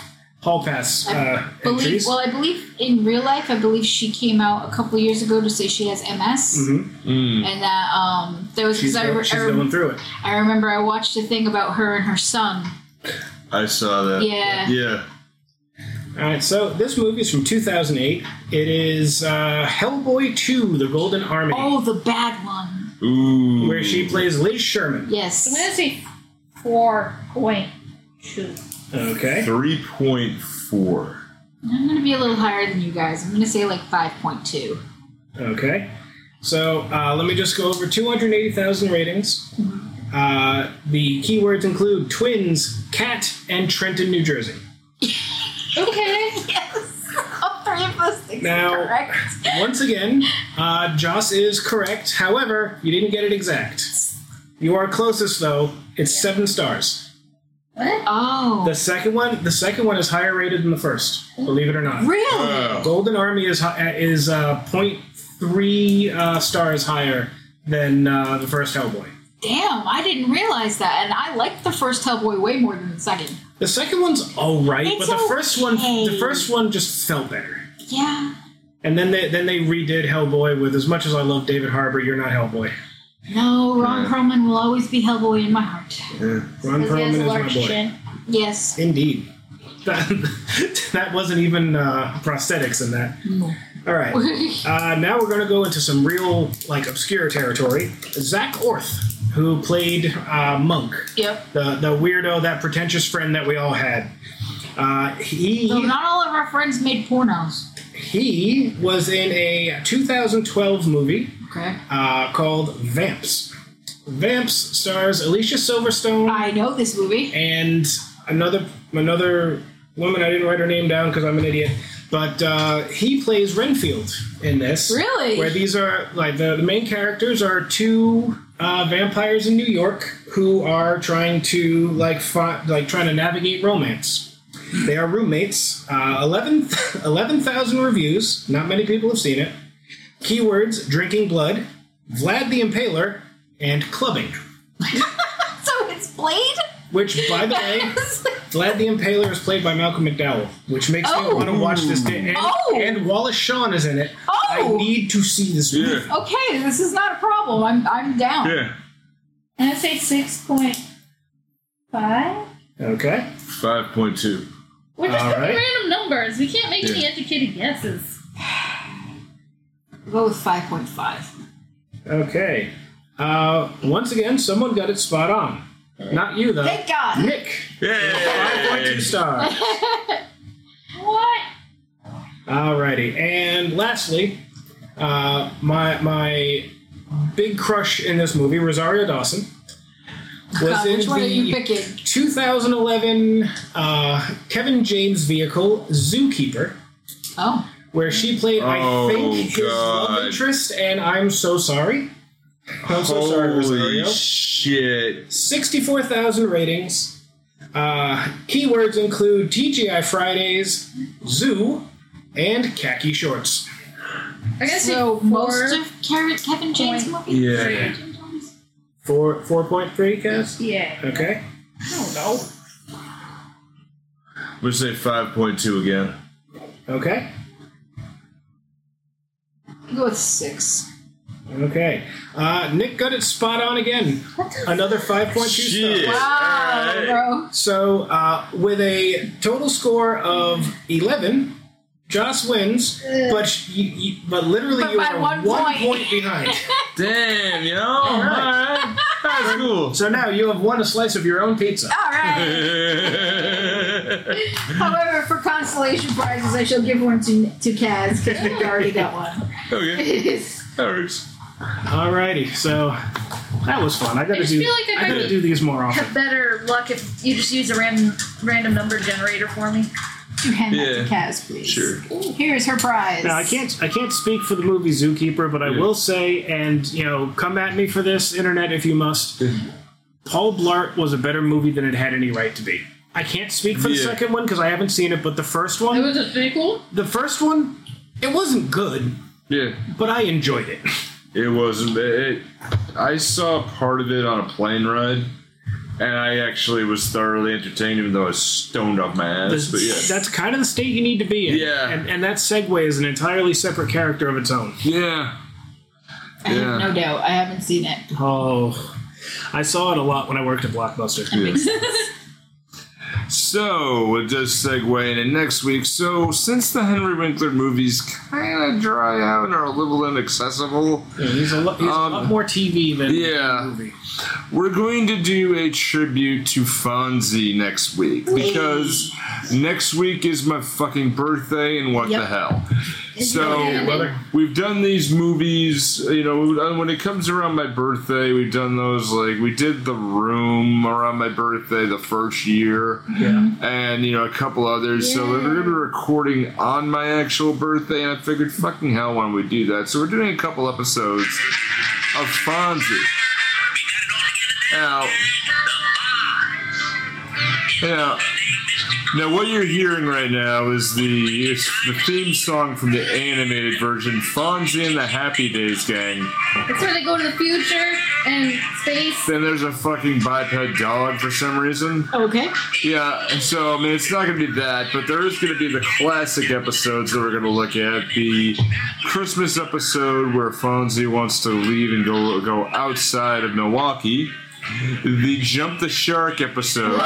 S2: hall pass uh,
S4: Believe,
S2: entries.
S4: well, I believe in real life, I believe she came out a couple years ago to say she has MS, and that um, there was
S2: Mm-hmm. she's
S4: because I,
S2: go-
S4: re-
S2: she's
S4: I, rem-
S2: going through it.
S4: I remember I watched a thing about her and her son.
S1: I saw that.
S4: Yeah.
S1: Yeah.
S2: All right, so this movie is from 2008. It is uh, Hellboy 2: The Golden Army,
S4: Oh, the bad one.
S1: Ooh.
S2: where she plays Liz Sherman.
S3: I'm
S4: Yes.
S3: gonna say four point two.
S2: Okay.
S1: Three point four.
S4: I'm going to be a little higher than you guys. I'm going to say like 5.2.
S2: Okay. So uh, let me just go over 280,000 ratings. Uh, the keywords include twins, cat, and Trenton, New Jersey.
S3: Okay.
S4: Yes. All three of those things
S2: Now-
S4: are correct.
S2: Once again, uh, Joss is correct. However, you didn't get it exact. You are closest though. It's seven stars.
S3: What?
S4: Oh.
S2: The second one, the second one is higher rated than the first. Believe it or not.
S4: really?
S1: Wow.
S2: Golden Army is hi- uh, is uh, 0.3 uh, stars higher than uh, the first Hellboy.
S4: Damn, I didn't realize that. And I liked the first Hellboy way more than the second.
S2: The second one's all right,
S4: It's
S2: but the first one, the
S4: okay.
S2: first one just felt better.
S4: Yeah.
S2: And then they then they redid Hellboy with as much as I love David Harbour, you're not Hellboy.
S4: No, Ron Perlman will always be Hellboy in my heart.
S2: Ron
S3: Because he
S2: Perlman is
S3: has a
S2: my boy.
S3: large chin.
S4: Yes.
S2: Indeed. That, that wasn't even uh, prosthetics in that. All right. Uh, now we're going to go into some real, like, obscure territory. Zach Orth, who played uh, Monk,
S4: yep.
S2: the, the weirdo, that pretentious friend that we all had. Uh, he
S4: Though not all of our friends made pornos.
S2: he was in a 2012 movie
S4: Okay.
S2: uh, called Vamps. Vamps stars Alicia Silverstone
S4: I know this movie.
S2: and another another woman. I didn't write her name down because I'm an idiot. But uh, he plays Renfield in this.
S3: Really?
S2: Where these are like the, the main characters are two uh, vampires in New York who are trying to like fi- like trying to navigate romance. They are roommates. Uh, 11 11,000 reviews. Not many people have seen it. Keywords: drinking blood, Vlad the Impaler, and clubbing.
S4: So it's Blade?
S2: Which, by the way, Vlad the Impaler is played by Malcolm McDowell, which makes me
S4: Oh.
S2: want to watch this. Day. And,
S4: Oh.
S2: and Wallace Shawn is in it. I
S4: Oh.
S2: need to see this movie.
S3: Oh.
S1: Yeah.
S4: Okay, this is not a problem. I'm, I'm down.
S1: Yeah.
S3: And I say six point five.
S2: Okay.
S1: 5.2.
S3: We're just
S2: All
S3: picking
S2: right.
S3: random numbers. We can't make any
S1: Yeah.
S3: educated guesses.
S4: We'll go with 5.5.
S2: Okay. Uh, once again, someone got it spot on. Not you, though.
S4: Thank God.
S2: Nick.
S1: Yeah.
S2: Two stars.
S3: What?
S2: Alrighty. And lastly, uh, my my big crush in this movie, Rosario Dawson, was
S4: God,
S2: in
S4: which one
S2: the
S4: are you picking?
S2: 2011 uh, Kevin James vehicle Zookeeper,
S4: Oh.
S2: where she played,
S1: Oh,
S2: I think, his love
S1: God.
S2: interest, and I'm so sorry. I'm so sorry,
S1: Holy
S2: Rosario.
S1: shit.
S2: 64,000 ratings. Uh, keywords include TGI Fridays, zoo, and khaki shorts.
S3: I gotta
S4: So
S3: say four.
S4: most of Carrot Kevin James
S3: point-
S4: movies?
S1: Yeah.
S2: Four, 4.3, Cass?
S3: yeah.
S2: Okay.
S3: I don't know.
S1: We'll say 5.2 again.
S2: Okay.
S4: We'll go with 6.
S2: Okay. Uh, Nick got it spot on again. Another 5.2 stars.
S1: Shit.
S4: Wow,
S1: Alright.
S4: bro.
S2: So, uh, with a total score of 11, Joss wins, but sh- you, you, but literally
S4: But
S2: you
S4: by
S2: are
S4: one point.
S2: point behind.
S1: Damn, yo. All right. That's cool.
S2: so now you have won a slice of your own pizza.
S3: Ah.
S4: All right. However, for consolation prizes, I shall give one to to Kaz because we already got one.
S1: okay. That works.
S2: Alrighty, so that was fun. I
S3: I
S2: gotta
S3: just
S2: do.
S3: feel like I
S2: I gotta
S3: might
S2: do these more often.
S3: Have better luck if you just use a random random number generator for me.
S4: You hand that to
S1: Yeah.
S4: Kaz, please.
S1: Sure.
S4: Here's her prize.
S2: Now I can't. I can't speak for the movie Zookeeper, but I
S1: Yeah.
S2: will say, and you know, come at me for this, internet, if you must. Paul Blart was a better movie than it had any right to be. I can't speak for the
S1: Yeah.
S2: second one because I haven't seen it, but the first one,
S3: was a sequel.
S2: the first one, it wasn't good,
S1: Yeah.
S2: but I enjoyed it.
S1: It wasn't. It, I saw part of it on a plane ride, and I actually was thoroughly entertained, even though I was stoned off my ass. But yeah,
S2: That's kind of the state you need to be in.
S1: Yeah.
S2: and, and that segue is an entirely separate character of its own.
S1: yeah,
S4: I have
S1: yeah.
S4: no doubt. I haven't seen it.
S2: Oh, I saw it a lot when I worked at Blockbuster.
S1: So we'll just segue into next week. So since the Henry Winkler movies kind of dry out and are a little inaccessible,
S2: Yeah, he's a, lo- he's
S1: Um,
S2: a lot more TV than
S1: yeah.
S2: the movie.
S1: We're going to do a tribute to Fonzie next week because next week is my fucking birthday and what the
S4: Yep.
S1: hell.
S3: Yeah,
S1: So
S2: brother.
S1: we've done these movies, you know, and when it comes around my birthday, we've done those like we did The Room around my birthday the first year
S2: Yeah.
S1: and you know a couple others. So we're going to be recording on my actual birthday, and I figured, fucking hell, why don't we do that? So we're doing a couple episodes of Fonzie. Now, now, now, what you're hearing right now is the it's the theme song from the animated version, Fonzie and the Happy Days Gang.
S3: That's where they go to the future and space.
S1: Then there's a fucking biped dog for some reason.
S4: Okay.
S1: Yeah, and so I mean, it's not going to be that, but there is going to be the classic episodes that we're going to look at. The Christmas episode where Fonzie wants to leave and go go outside of Milwaukee. The Jump the Shark episode.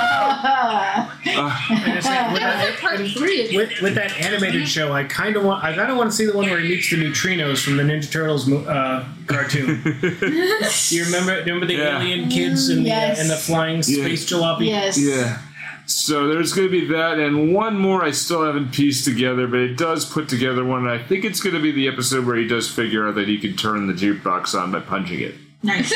S2: With,
S3: That was
S2: that,
S3: a part three.
S2: with, with that animated show, I kind of want I kind of want to see the one where he meets the neutrinos from the Ninja Turtles mo- uh, cartoon. you remember remember the
S1: Yeah.
S2: alien kids and
S4: yes.
S2: the uh, and the flying space jalopy?
S4: Yes.
S1: Yeah. So there's going to be that, and one more I still haven't pieced together, but it does put together one. And I think it's going to be the episode where he does figure out that he can turn the jukebox on by punching it.
S4: Nice.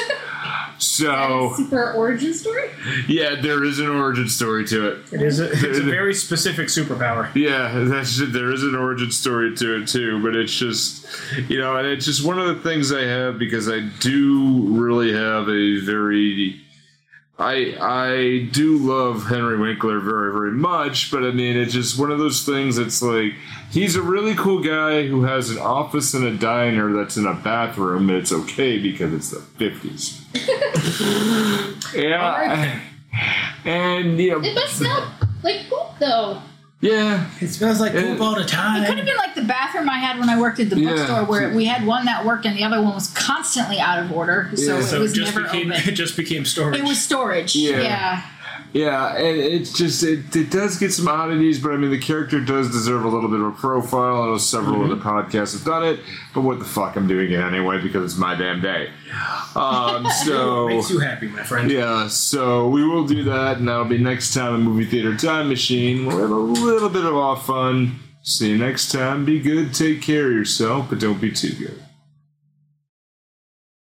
S1: So.
S3: Super origin story.
S1: yeah, there is an origin story to it.
S2: It is a, it's a very specific superpower.
S1: Yeah, that's there is an origin story to it too, but it's just you know, and it's just one of the things I have because I do really have a very I I do love Henry Winkler very very much, but I mean it's just one of those things. It's like he's a really cool guy who has an office and a diner that's in a bathroom. And it's okay because it's the fifties. yeah, and you know,
S3: It must smell like poop though.
S1: yeah, Uh,
S2: It smells like
S1: poop all
S2: the
S4: It could have
S2: time.
S4: been like the bathroom I had when I worked at the
S1: Yeah.
S4: bookstore, where we had one that worked and the other one was constantly out of order, so
S1: Yeah.
S4: it
S1: So
S2: So it
S4: was
S2: just
S4: never
S2: became
S4: open.
S2: it just became storage.
S4: It was storage.
S1: Yeah.
S4: Yeah.
S1: Yeah, and it's just it, it does get some oddities, but I mean the character does deserve a little bit of a profile. I know several
S2: Mhm.
S1: other podcasts have done it, but what the fuck, I'm doing it anyway because it's my damn day. Um, so
S2: makes you happy, my friend.
S1: yeah, so we will do that, and that'll be next time in Movie Theater Time Machine. We'll have a little bit of off fun. See you next time. Be good, take care of yourself, but don't be too good.